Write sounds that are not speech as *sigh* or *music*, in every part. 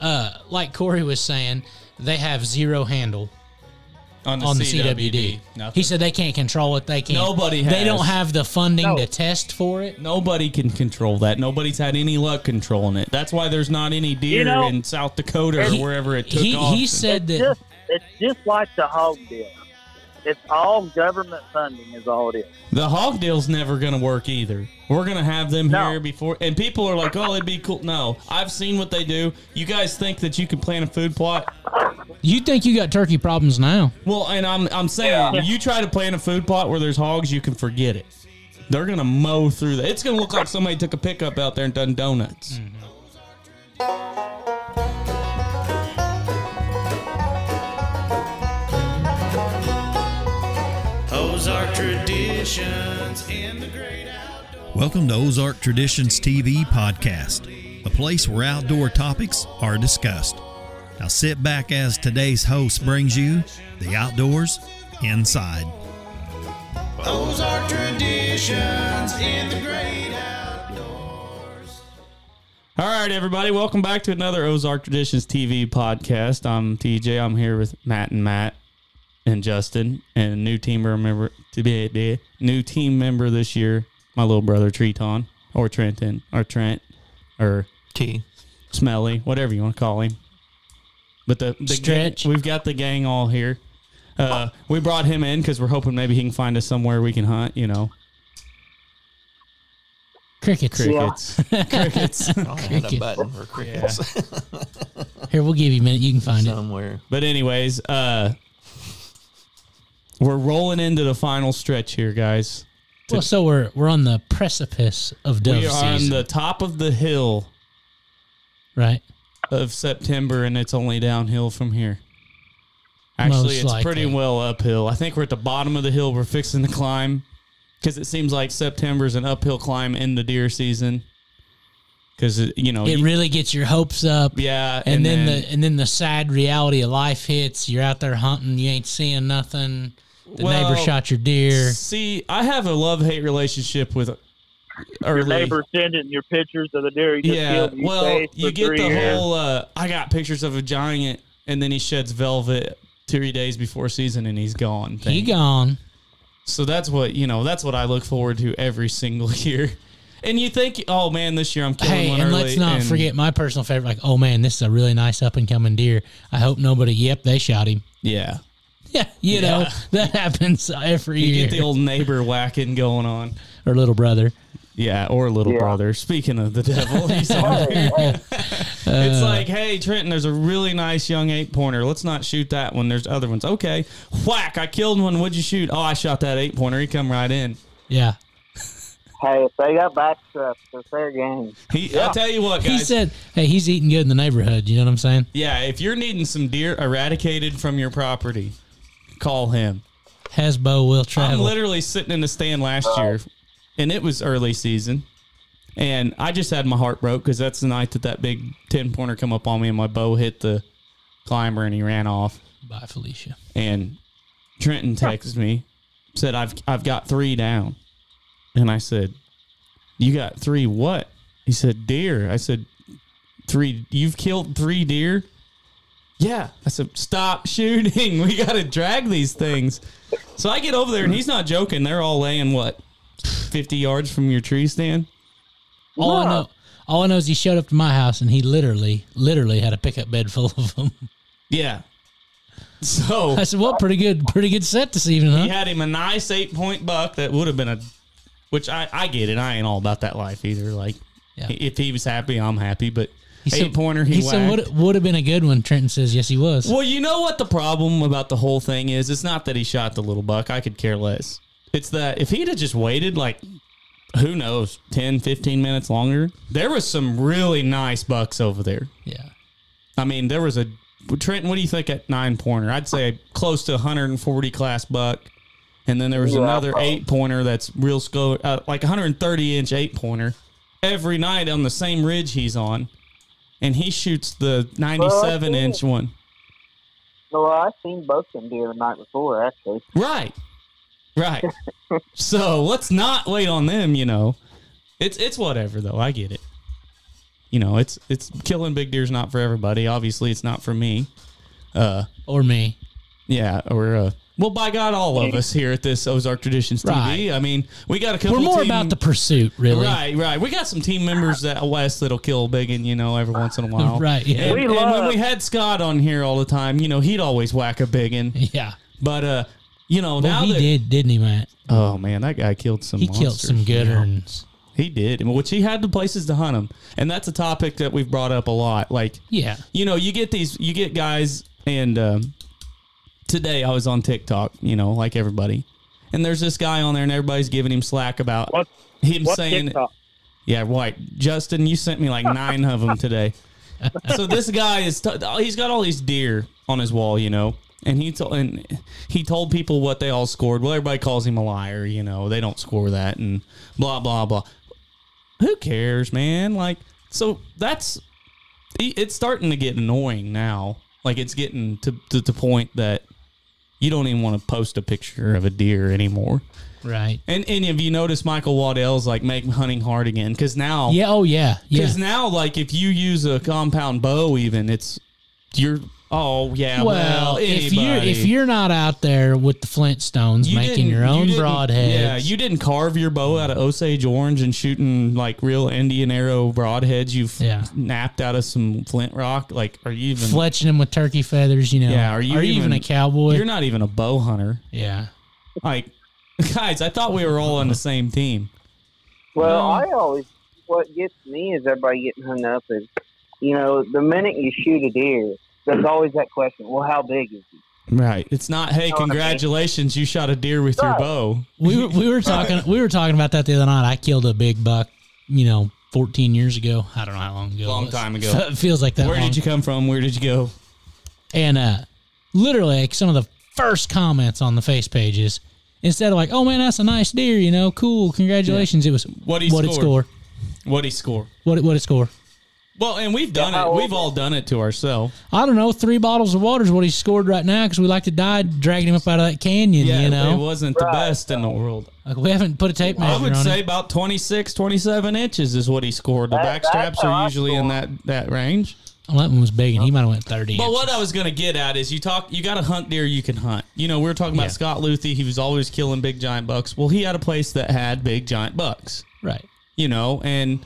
uh, like Corey was saying, they have zero handle on on the CWD. Nothing. He said they can't control it. They can't. Nobody They don't has. have the funding No. to test for it. Nobody can control that. Nobody's had any luck controlling it. That's why there's not any deer You know, in South Dakota or He- wherever it took he, off. he said that. Just, it's just like the hog deal. It's all government funding is all it is. the hog deal's never going to work either. We're going to have them No. here before, and people are like, "Oh, it'd be cool." No, I've seen what they do. You guys think that you can plan a food plot? You think you got turkey problems now? Well, and I'm I'm saying Yeah. you try to plan a food plot where there's hogs, you can forget it. They're gonna mow through that. It's gonna look like somebody took a pickup out there and done donuts. Ozark traditions in the great outdoors. Welcome to Ozark Traditions TV podcast, a place where outdoor topics are discussed. Now sit back as today's host brings you the outdoors inside. Ozark traditions in the great outdoors. All right, everybody, welcome back to another Ozark Traditions TV podcast. I'm TJ. I'm here with Matt and Matt and Justin and a new team member to be a new team member this year. My little brother Treton or Trenton or Trent or T. Smelly, whatever you want to call him. But the, the Stretch. gang- we've got the gang all here. Uh, we brought him in because we're hoping maybe he can find us somewhere we can hunt. You know, Crickets. crickets. crickets. Oh, I had a button for crickets Here, we'll give you a minute. You can find it. *laughs* somewhere. But anyways, uh, we're rolling into the final stretch here, guys. Well, so we're we're on the precipice of dove we are season, on the top of the hill right? of September, and it's only downhill from here. Actually, Most it's likely. pretty well uphill. I think we're at the bottom of the hill. We're fixing to climb because it seems like September's an uphill climb in the deer season. Because you know, It Oh, you- really gets your hopes up. yeah, And, then, the and then the sad reality of life hits. You're out there hunting. You ain't seeing nothing. The neighbor Well, shot your deer. see, I have a love hate relationship with early. Your neighbor sending your pictures of the deer you just yeah, killed. and You well, saved for you get three the years. whole. Uh, I got pictures of a giant, and then he sheds velvet three days before season, and he's gone. He thing. gone. So that's what you know. That's what I look forward to every single *laughs* year. And you think, oh man, this year I'm killing Hey, one and early. let's not and- forget my personal favorite. Like, oh man, this is a really nice up and coming deer. I hope nobody. Yep, they shot him. *laughs* Yeah, Yeah, you know that happens every you year. get the old neighbor whacking going on. or little brother. Yeah, or little Yeah. brother. Speaking of the devil, he's on here. it's Uh. like, hey, Trenton, there's a really nice young eight pointer. Let's not shoot that one. There's other ones. Okay, whack! I killed one. What'd you shoot? Oh, I shot that eight pointer. He come right in. Yeah. Hey, if they got backstraps, it's fair game. He, I'll tell you what, guys. He said, "Hey, he's eating good in the neighborhood." You know what I'm saying? yeah, if you're needing some deer eradicated from your property, call him. Hasbo will I'm travel. literally sitting in the stand last year, and it was early season, and I just had my heart broke because that's the night that that big ten pointer come up on me, and my bow hit the climber, and he ran off. Bye, Felicia. And Trenton texted me, said I've I've got three down, and I said, "You got three what?" He said, "Deer." I said, three. You've killed three deer." Yeah, I said, "Stop shooting! *laughs* We got to drag these things." So I get over there, and he's not joking. They're all laying what, fifty yards from your tree stand. All I know, all I know is he showed up to my house and he literally, literally had a pickup bed full of them. Yeah. So *laughs* I said, "Well, pretty good, pretty good set this evening, huh?" He had him a nice eight point buck that would have been a, which I I get it. I ain't all about that life either. Like Yeah. if he was happy, I'm happy. But He eight said- pointer, he, He said, whacked. "Would would have been a good one." Trenton says, "Yes, he was." Well, you know what the problem about the whole thing is? It's not that he shot the little buck. I could care less. It's that if he'd have just waited, like, who knows, 10, 15 minutes longer, there was some really nice bucks over there. Yeah, I mean, there was a Trenton. What do you think at nine pointer? I'd say close to 140 class buck, and then there was Yeah. another eight pointer that's real slow, uh, like 130 inch eight pointer. Every night on the same ridge he's on, and he shoots the 97 inch one. Well, I seen both of them deer the night before, actually. Right, right. so let's not wait on them. You know, it's it's whatever though. I get it. you know, it's it's killing big deer's not for everybody. Obviously, it's not for me. or me. Yeah, or uh, well, by God, all of us here at this Ozark Traditions TV. Right. I mean, we got a couple. We're more team- about the pursuit, really. Right, right. We got some team members that west that'll kill biggin, you know, every once *laughs* in a *laughs* while. Right, yeah. And, We and when love- we had Scott on here all the time, you know, he'd always whack a biggin. Yeah. But uh, you know, now Well, he that, did, didn't he, Matt? Oh man, that guy killed some. He killed monsters. some good ones. He did, which he had the places to hunt them, and that's a topic that we've brought up a lot. Like, Yeah. you know, you get these, you get guys, and um, today I was on TikTok, you know, like everybody, and there's this guy on there, and everybody's giving him slack about What- him What saying, TikTok? yeah, right, Justin, you sent me like nine of them today. so this guy is, t- he's got all these deer on his wall, you know. And he told and he told people what they all scored. Well, everybody calls him a liar, you know. They don't score that, and blah blah blah who cares, man? Like, so that's it- it's starting to get annoying now. Like, it's getting to to the point that you don't even want to post a picture of a deer anymore. Right. And and if you notice, Michael Waddell's like make hunting hard again because now, Yeah. Oh, yeah. Yeah. because now, like if you use a compound bow, even it's you're oh yeah, well, Well, if you're anybody. if you're not out there with the Flintstones You making didn't- your own you didn't- broadheads, Yeah, you didn't carve your bow out of Osage orange and shooting like real Indian arrow broadheads. You've Yeah. napped out of some flint rock. Like, are you even? fletching them with turkey feathers. You know, yeah, are you even, a cowboy? You're not even a bow hunter. *laughs* yeah, Like, guys, I thought we were all on the same team. Well, Mm. I always what gets me is everybody getting hung up is, you know, the minute you shoot a deer, there's always that question. Well, how big is he? Right. It's not. Hey, what I mean? congratulations! You shot a deer with your Right. bow. we were, we were talking we were talking about that the other night. I killed a big buck. You know, 14 years ago. I don't know how long ago. it Long was. time ago. *laughs* It feels like that. Where long. did you come from? Where did you go? And uh, literally, like some of the first comments on the face pages, instead of like, "Oh man, that's a nice deer," you know, cool, congratulations. It was What he what it scored. score, What he score? what it, what it score. Well, and we've done it. We've all done it to ourselves. I don't know. Three bottles of water is what he scored right now because we like to die dragging him up out of that canyon. Yeah, you know, it wasn't the best in the world. Like, we haven't put a tape measure I would on say it. about 26, 27 inches is what he scored. The That- backstraps that's how are I usually in that, that range. Well, that one was big, and he might have went thirty. But inches. what I was going to get at is you talk, you got to hunt deer you can hunt. You know, we were talking about Yeah. Scott Luthie. He was always killing big giant bucks. Well, he had a place that had big giant bucks, right? you know, and,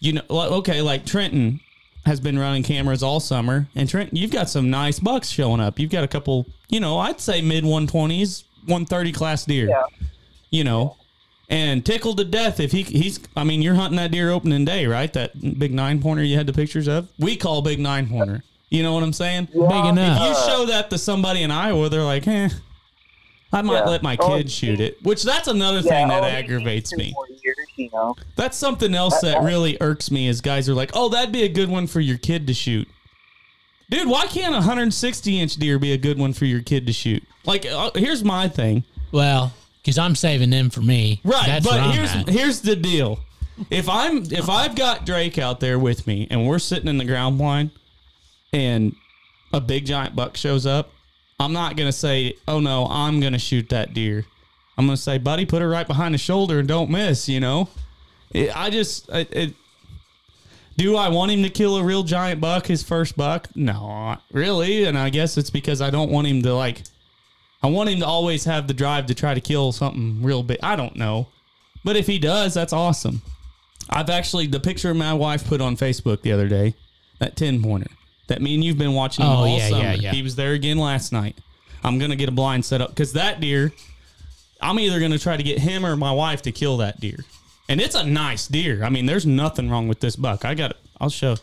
you know, like, okay, like Trenton has been running cameras all summer. And Trenton, you've got some nice bucks showing up. You've got a couple, you know, I'd say mid 120s, 130 class deer. Yeah. you know, and tickled to death if he he's. I mean, you're hunting that deer opening day, right? That big nine pointer you had the pictures of. We call big nine pointer. You know what I'm saying? Big enough. You show that to somebody in Iowa, they're like, eh. I might Yeah. let my Oh, kid shoot it, which that's another thing that oh, aggravates two me. more Years, you know. That's something else that really irks me is guys are like, oh, that'd be a good one for your kid to shoot. Dude, why can't a 160 inch deer be a good one for your kid to shoot? Like, uh, here's my thing. Well, because I'm saving them for me. Right, That's but where I'm here's at. here's the deal. If I'm if I've got Drake out there with me and we're sitting in the ground blind and a big giant buck shows up, I'm not gonna say, Oh no, I'm gonna shoot that deer. I'm gonna say, buddy, put it right behind the shoulder and don't miss, you know? It, I just it, it do I want him to kill a real giant buck, his first buck? No, really. And I guess it's because I don't want him to like I want him to always have the drive to try to kill something real big. I don't know. But if he does, that's awesome. I've actually the picture my wife put on Facebook the other day, that ten pointer. That me and you've been watching him Oh, all yeah, summer. yeah, yeah. He was there again last night. I'm gonna get a blind set up because that deer, I'm either gonna try to get him or my wife to kill that deer. And it's a nice deer. I mean, there's nothing wrong with this buck. I got I'll show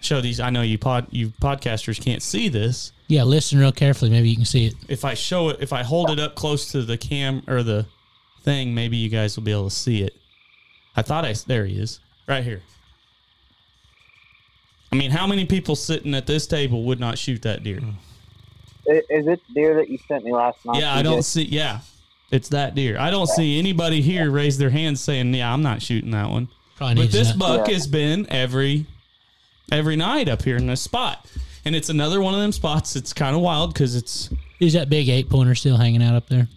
show these. I know you pod you podcasters can't see this yeah. Listen real carefully. Maybe you can see it. if I show it, if I hold it up close to the cam or the thing, maybe you guys will be able to see it. I thought I there he is right here. I mean, how many people sitting at this table would not shoot that deer? I- Is it the deer that you sent me last night? Yeah, You I don't just- see. Yeah, it's that deer. I don't see anybody here raise their hands saying, "Yeah, I'm not shooting that one." Probably But needs this that. buck Yeah. has been every every night up here in this spot, and it's another one of them spots. It's kind of wild because it's Is that big eight pointer still hanging out up there?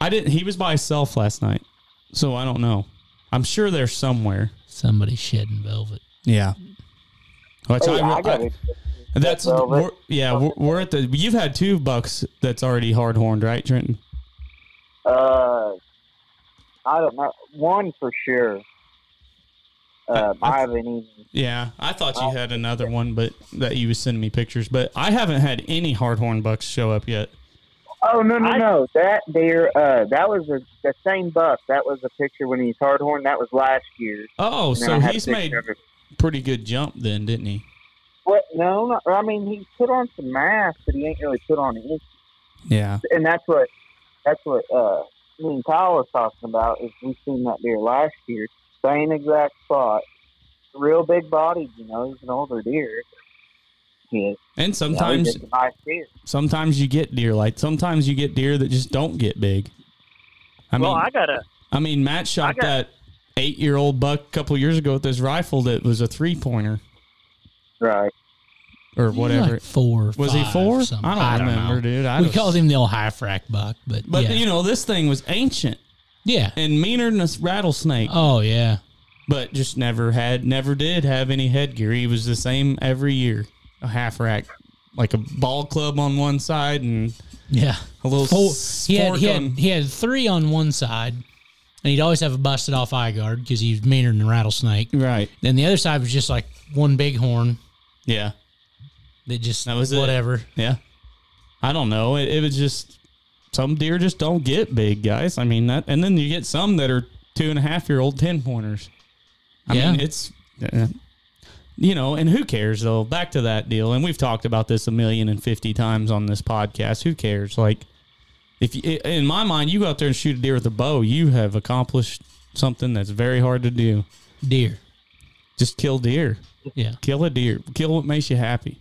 I didn't. He was by himself last night, so I don't know. I'm sure they're somewhere. Somebody shedding velvet. Yeah, Which I- Hey, Oh, I got I- it. that's Well, that- we're, yeah. We're, we're at the. You've had two bucks that's already hard horned, right, Trenton? Uh, I don't know. One for sure. Uh, I- I- I haven't even. Yeah, I thought you Oh. had another one, but that you was sending me pictures. But I haven't had any hard horn bucks show up yet. Oh no no no! That there, uh, that was a, the same buck. That was a picture when he's hard horn. That was last year. Oh, And then so I had a he's picture made of it. pretty good jump then, didn't he? What? No, not, I mean he put on some mass, but he ain't really put on it. Yeah. And that's what that's what uh, me and Kyle was talking about. Is we seen that deer last year, same exact spot, real big bodied. You know, he's an older deer. He is. And You know, he's sometimes just a nice deer. sometimes you get deer like sometimes you get deer that just don't get big. I mean, well, I got a I mean, Matt shot got- that eight year old buck a couple years ago with his rifle that was a three pointer right. or He was whatever. like four. was he five, four? something. I don't remember, know. dude. I we was- called him the old high frack buck, but But yeah. you know, this thing was ancient yeah. and meaner than a rattlesnake, Oh yeah. but just never had, never did have any headgear. He was the same every year, a half rack, like a ball club on one side and Yeah. a little Four, s- he had fork he had on- he had three on one side, and he'd always have a busted off eye guard because he was meaner than a rattlesnake. right, Then the other side was just like one big horn yeah. that just That was it. whatever. Yeah. I don't know. It, it was just some deer just don't get big, guys. I mean that, and then you get some that are two and a half year old ten pointers. I Yeah. mean, it's uh, you know, and who cares though? Back to that deal, and we've talked about this a million and fifty times on this podcast. Who cares? Like, if you, i- in my mind you go out there and shoot a deer with a bow, you have accomplished something that's very hard to do. Deer. Just kill deer, Yeah. kill a deer, kill what makes you happy.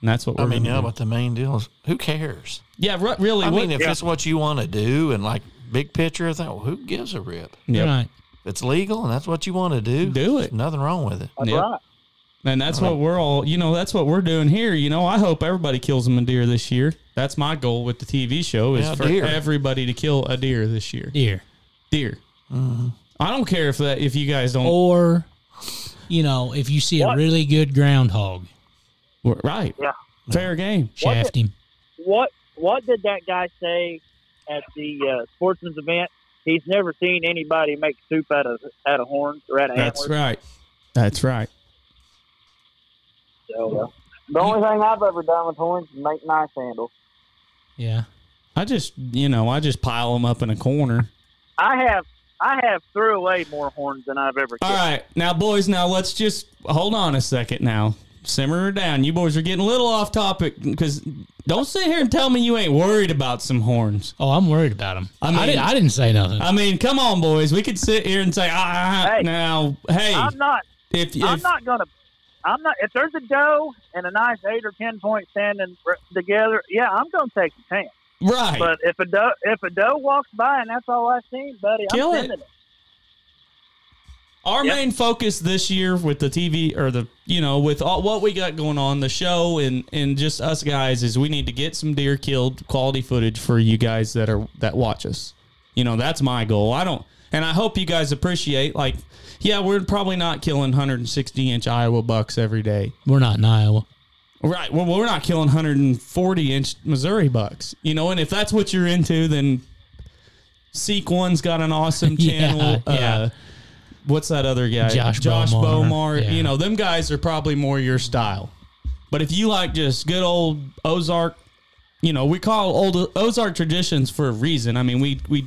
And that's what we're I mean, gonna yeah, do. but the main deal is who cares? Yeah, ru- really. I what- mean, if it's what you want to do and like big picture, I think, well, who gives a rip? Yep. Right. If it's legal and that's what you want to do, Do there's it. Nothing wrong with it. That's Yep. right. And that's what we're all, you know, that's what we're doing here. You know, I hope everybody kills them a deer this year. That's my goal with the TV show is Yeah, for deer. everybody to kill a deer this year. Deer. Deer. Mm-hmm. I don't care if that if you guys don't Oh. Or you know, if you see What? a really good groundhog, right. Yeah. Fair game. shaft him. what? What did that guy say at the uh, sportsman's event? He's never seen anybody make soup out of out of horns or out of That's antlers. right. That's right. So, uh, the only thing I've ever done with horns is make knife handles. Yeah. I just, you know, I just pile them up in a corner. I have I have threw away more horns than I've ever. All killed. right. Now, boys, now let's just hold on a second now. Simmer her down. You boys are getting a little off topic because don't sit here and tell me you ain't worried about some horns. Oh, I'm worried about him. I, I mean- didn't, I didn't say nothing. I mean, come on, boys. We could sit here and say, ah, Hey. now, hey, I'm not. if, if I'm not gonna. I'm not. If there's a doe and a nice eight or ten point standing r- together, yeah, I'm gonna take the chance. right, But if a doe, if a doe walks by and that's all I see, buddy, Kill I'm it. sending it. our Yep. main focus this year with the TV or the you know with all, what we got going on the show and and just us guys is we need to get some deer killed quality footage for you guys that are that watch us. You know that's my goal. I don't and I hope you guys appreciate like yeah we're probably not killing 160 inch Iowa bucks every day. We're not in Iowa. Right. Well, we're not killing 140 inch Missouri bucks, you know. And if that's what you're into, then Seek One's got an awesome *laughs* Yeah, channel. yeah. Uh, what's that other guy? Josh Bomar. Bomar. Yeah. You know, them guys are probably more your style. But if you like just good old Ozark, you know, we call old Ozark traditions for a reason. I mean, we we.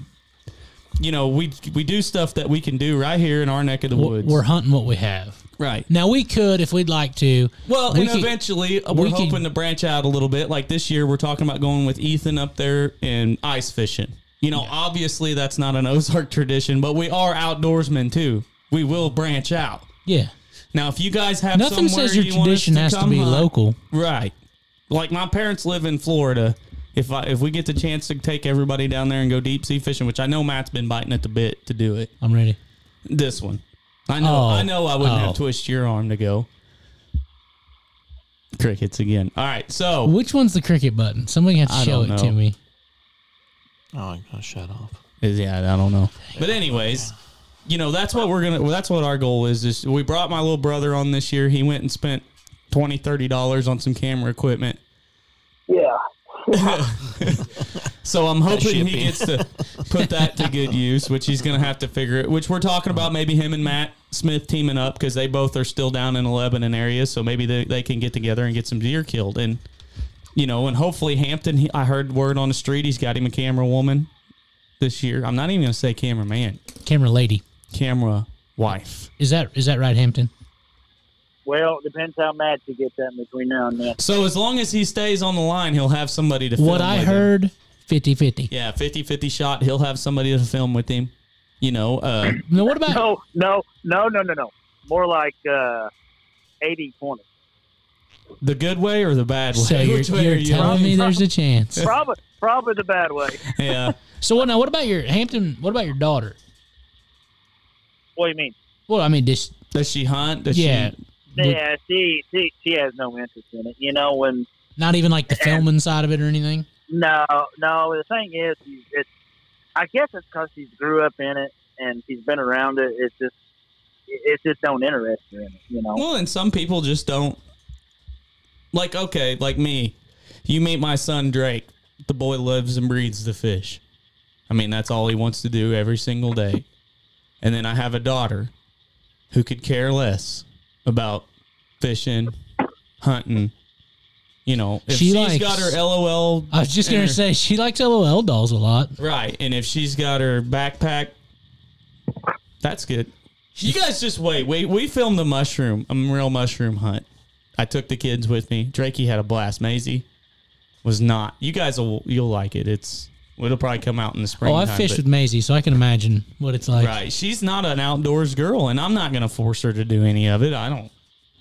You know, we we do stuff that we can do right here in our neck of the We're, woods. we're hunting what we have. right. Now we could, if we'd like to. Well, we and could- eventually uh, we're we could- hoping to branch out a little bit. Like this year, we're talking about going with Ethan up there and ice fishing. You know, obviously that's not an *laughs* Ozark tradition, but we are outdoorsmen too. We will branch out. yeah. Now, if you guys have Nothing somewhere says your you want us tradition has to come be hunt- local. right? Like my parents live in Florida. If I if we get the chance to take everybody down there and go deep sea fishing, which I know Matt's been biting at the bit to do it, I'm ready. this one. I know. Oh. I know. I wouldn't Oh. have twist your arm to go. Crickets again. All right. So Which one's the cricket button? Somebody has to I show it don't to know. me. Oh, I'm going to shut off. yeah, I don't know. But anyways, you know that's what we're gonna well, that's what our goal is is we brought my little brother on this year he went and spent 20 30 dollars on some camera equipment Yeah. *laughs* so i'm hoping he shipping. gets to put that to good use which he's gonna have to figure it which we're talking about maybe him and matt smith teaming up because they both are still down in the lebanon area so maybe they, they can get together and get some deer killed and you know and hopefully hampton he, i heard word on the street he's got him a camera woman this year i'm not even gonna say cameraman Camera lady. camera wife Is that is that right, Hampton? Well, it depends how mad you get that between now and *laughs* then. So as long as he stays on the line, he'll have somebody to film what I with him. heard 50 50. Yeah, 50-50 shot, he'll have somebody to film with him. You know, uh, Now, what *laughs* about No, no, no, no, no, no. More like uh, 80 20. the good way or the bad way. *laughs* So you're, Which way you're are you telling on? me there's a chance. *laughs* Probably, probably the bad way. Yeah. So what now? What about your Hampton? What about your daughter? What do you mean? Well, I mean, just Does she hunt? Does Yeah. she Yeah, she, she, she has no interest in it. You know, when not even like the filming side of it or anything. No, no. The thing is, she's- it's. I guess it's because she's grew up in it and she's been around it. It's just, it it just don't interest her in it. You know. Well, and some people just don't like okay, like me. You meet my son Drake. The boy lives and breathes the fish. I mean, that's all he wants to do every single day. And then I have a daughter who could care less about fishing, hunting. You know, if She she has likes- got her LOL I was just gonna Yeah. say she likes LOL dolls a lot. right, and if she's got her backpack, that's good. You guys just wait. Wait, we filmed the mushroom, a real mushroom hunt. I took the kids with me. Drakey had a blast. Maisie was not. You guys will you'll like it. It's it'll probably come out in the spring. Oh, I fished with Maisie, so I can imagine what it's like. Right, she's not an outdoors girl, and I'm not going to force her to do any of it. I don't.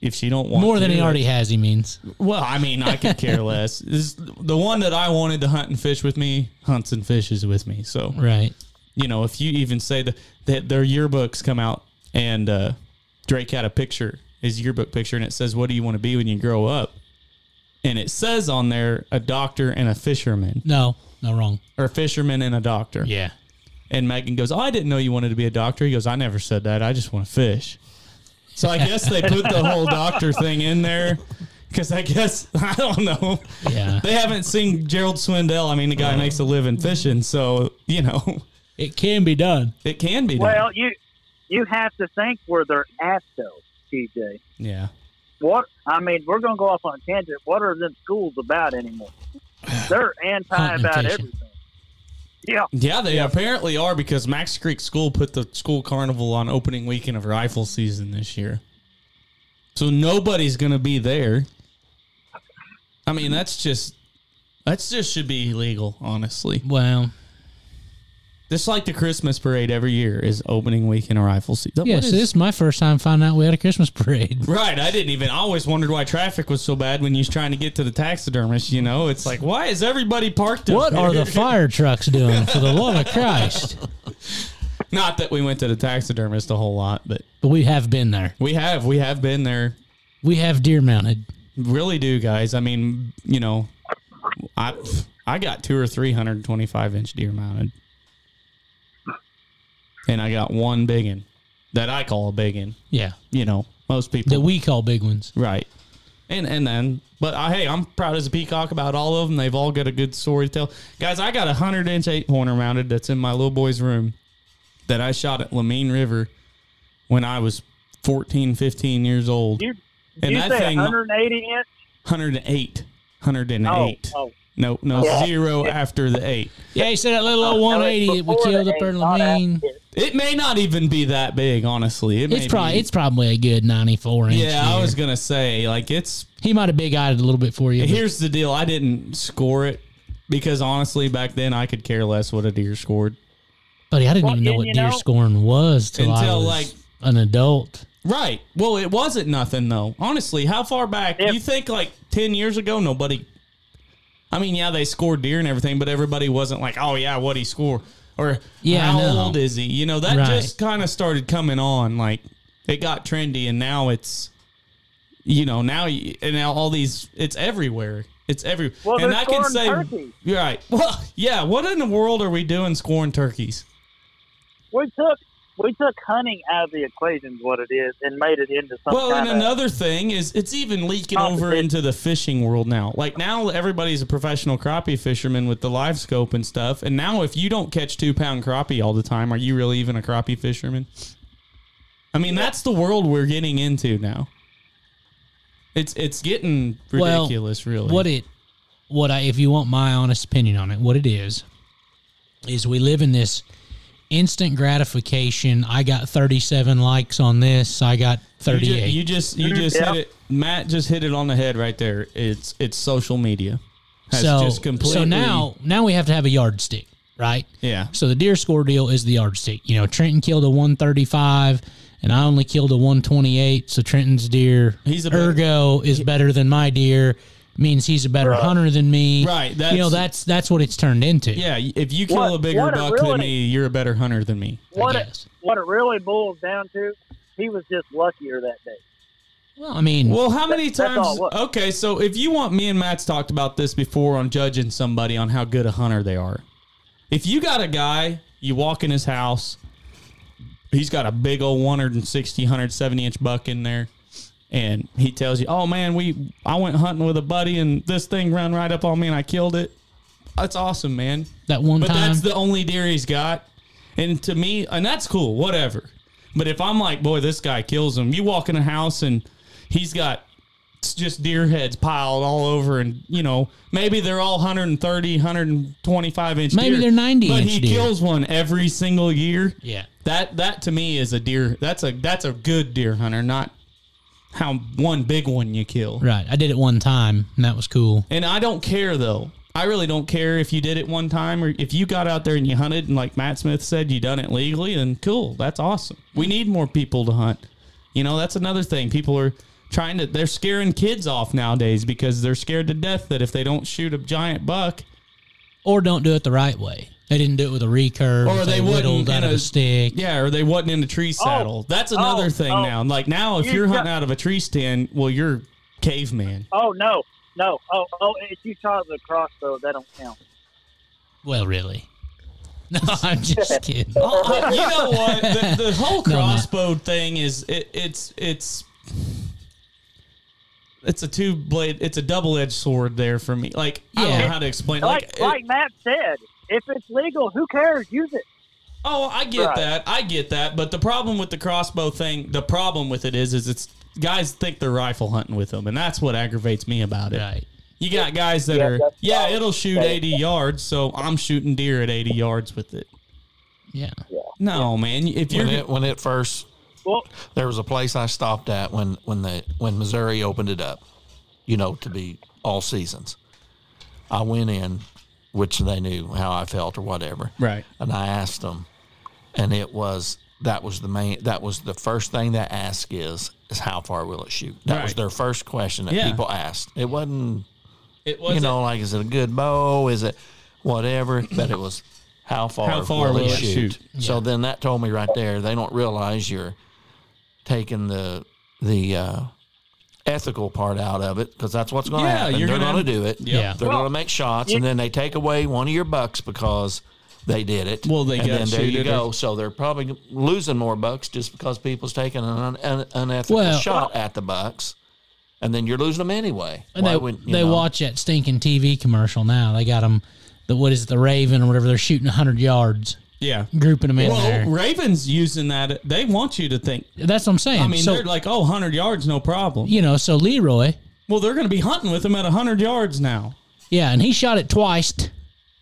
If she don't want More than to, he already has, he means. well, I mean, I could *laughs* care less. This, the one that I wanted to hunt and fish with me hunts and fishes with me. So Right. you know, if you even say the, that their yearbooks come out and uh, Drake had a picture, his yearbook picture, and it says, What do you want to be when you grow up? And it says on there, a doctor and a fisherman, No, no, wrong. or a fisherman and a doctor. Yeah. And Megan goes, oh, I didn't know you wanted to be a doctor. He goes, I never said that. I just want to fish. So I guess they put the whole doctor thing in there because I guess, *laughs* I don't know. Yeah. They haven't seen Gerald Swindell. I mean, the guy makes a living fishing. So, you know, It can be done. it can be done. Well, you, you have to think where they're at though, TJ. yeah. What I mean, we're gonna go off on a tangent. What are them schools about anymore? They're anti Hunting and about fishing. everything. Yeah, Yeah, they apparently are because Max Creek School put the school carnival on opening weekend of rifle season this year. So nobody's going to be there. I mean, that's just that's just should be illegal, honestly. Well, Just like the Christmas parade every year is opening weekend of rifle season. yeah. So this is my first time finding out we had a Christmas parade. *laughs* Right, I didn't even. I always wondered why traffic was so bad when you was trying to get to the taxidermist. You know, it's like why is everybody parked? up What are here? the fire trucks doing? For the love of Christ! Not that we went to the taxidermist a whole lot, but But we have been there. we have we have been there We have deer mounted. really do guys i mean you know i i got two or three hundred twenty five inch deer mounted and i got one big one that i call a big one Yeah. you know most people That we call big ones. right and and then but I, hey i'm proud as a peacock about all of them they've all got a good story to tell guys i got a hundred inch eight pointer mounted that's in my little boy's room that i shot at lamine river when i was 14 15 years old You- and you that say thing 180 inch. 108. 108. Oh, oh, No, no, Yeah. zero after the eight. Yeah, he said that little old Oh, No, 180 it's that we before killed the up there in eight, not Lamine. after. It may not even be that big, honestly. It may It's probably be- it's probably a good 94 inch. yeah, I deer. was gonna say like it's. He might have big eyed it a little bit for you. but Here's the deal. I didn't score it because honestly, back then I could care less what a deer scored. buddy, I didn't Well, even know and what you deer know- scoring was till I Until, was like- an adult. Right. Well, it wasn't nothing though. Honestly, how far back? If- you think like ten years ago? Nobody. I mean, yeah, they scored deer and everything, but everybody wasn't like, "Oh yeah, what he score?" Or Yeah, I how know. old is he? You know, that Right. just kind of started coming on. Like it got trendy, and now it's, you know, now you, and now all these, it's everywhere. It's every. Well, and they're I can scoring say, turkeys. you're *laughs* right. Well, yeah. What in the world are we doing scoring turkeys? We took we took hunting out of the equation, is what it is, and made it into something. Well, and another thing is it's even leaking over into the fishing world now. Like now, everybody's a professional crappie fisherman with the live scope and stuff. And now, if you don't catch two pound crappie all the time, are you really even a crappie fisherman? I mean, that's the world we're getting into now. It's it's getting Well, ridiculous, really. What it, what I, if you want my honest opinion on it, what it is, is we live in this instant gratification. I got 37 likes on this. I got You ju- 38. You just you just Yeah. hit it. Matt just hit it on the head right there. It's it's social media. Has so, just completely, so now, now we have to have a yardstick, right? yeah, So the deer score deal is the yardstick. You know, Trenton killed a 135 and I only killed a 128. So Trenton's deer, He's a better- ergo, is better than my deer. Means he's a better hunter than me. Right, you know that's that's- that's what it's turned into. yeah. If you kill What- a bigger what a buck than really- me, you're a better hunter than me. what I it, guess. what it really boils down to, he was just luckier that day. Well, I mean, Well, how many That's- that's all times? it was. Okay, so if you want, me and Matt's talked about this before on judging somebody on how good a hunter they are. If you got a guy, you walk in his house, he's got a big old 160, 170 inch buck in there, and he tells you, "Oh man, we I went hunting with a buddy, and this thing ran right up on me, and I killed it." That's awesome, man. that one But time. that's the only deer he's got. And to me, and that's cool, whatever. But if I'm like, boy, this guy kills him, you walk in a house and he's got s- just deer heads piled all over, and you know, maybe they're all 130, 125 inch Maybe deer, they're 90 But inch he deer. kills one every single year. yeah. That that to me is a deer. That's a that's a good deer hunter, not how one big one you kill. Right. I did it one time and that was cool. And I don't care though. I really don't care if you did it one time or if you got out there and you hunted and like Matt Smith said you done it legally, then cool. That's awesome. We need more people to hunt. You know, that's another thing. People are trying to they're scaring kids off nowadays because they're scared to death that if they don't shoot a giant buck Or don't do it the right way. They didn't do it with a recurve. or they, whittled wouldn't out in of a stick. Yeah, or they wasn't in a tree saddle. that's another oh, thing oh. now. Like now if You you're got- hunting out of a tree stand, well you're caveman. Oh no, no. Oh, oh, if you shot the crossbow, that don't count. Well, really. *laughs* No, I'm just kidding. Uh, you know what? The, the whole No, Matt. crossbow thing is it, it's it's it's a two blade. It's a double edged sword there for me. Like I don't Yeah. know how to explain. it. Like, Like it- like Matt said, if it's legal, who cares? Use it. oh, I get Right. that. I get that. But the problem with the crossbow thing, the problem with it is, is it's guys think they're rifle hunting with them, and that's what aggravates me about it. Right. You got guys that Yeah, are that's yeah, right. it'll shoot Yeah. eighty yards, so I'm shooting deer at eighty yards with it. Yeah. No, man. If you're When it when it first Well, there was a place I stopped at when when the when Missouri opened it up, you know, to be all seasons. I went in, which they knew how I felt or whatever, right, and I asked them, and it was that was the main that was the first thing they ask is is how far will it shoot? That was Right. their first question that Yeah. people asked. It wasn't it was you know like is it a good bow? Is it *clears throat* whatever? But it was how far, How far will it shoot? So then that told me right there they don't realize you're taking the the uh, ethical part out of it because that's what's going to Yeah, happen. you're They're gonna- going to do it. Yeah. They're going to make shots, and then they take away one of your bucks because they did it. Well, they and got then there you cheated or- go. So they're probably losing more bucks just because people's taking an un, un, unethical Well- shot at the bucks, and then you're losing them anyway. And Why they, wouldn't- you they know? watch that stinking TV commercial now. They got them, the, what is it, the Raven or whatever. They're shooting 100 yards, yeah. grouping them in Well, there. Ravens using that. They want you to think. That's what I'm saying. I mean, so, they're like, oh, 100 yards, no problem. you know, so Leroy, Well, they're going to be hunting with him at 100 yards now. yeah, and he shot it twice.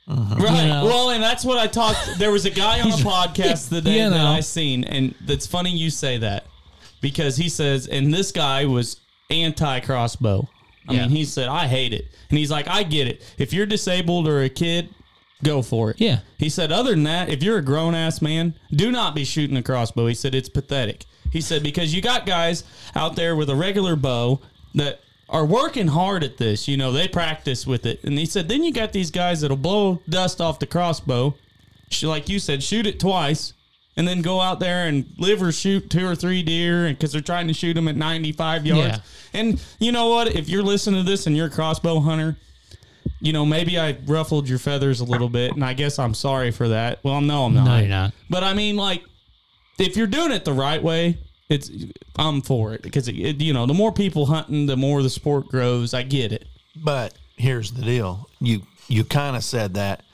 Right. You know. Well, and that's what I talked. There was a *laughs* guy on a podcast the day You that know. I seen, and that's funny you say that because he says, and this guy was anti crossbow. I Yeah. mean, he said, I hate it. And he's like, I get it. If you're disabled or a kid, go for it. Yeah. He said, other than that, if you're a grown ass man, do not be shooting a crossbow. He said, it's pathetic. He said, because you got guys out there with a regular bow that are working hard at this. You know, they practice with it. And he said, then you got these guys that'll blow dust off the crossbow. sh- Like you said, shoot it twice and then go out there and live or shoot two or three deer because they're trying to shoot them at 95 yards. And you know what? If you're listening to this and you're a crossbow hunter, you know, maybe I ruffled your feathers a little bit, and I guess I'm sorry for that. Well, no, I'm not. No, you're not. But I mean, like, if you're doing it the right way, it's I'm for it because it, it, you know the more people hunting, the more the sport grows. I get it. But here's the deal: you you kind of said that,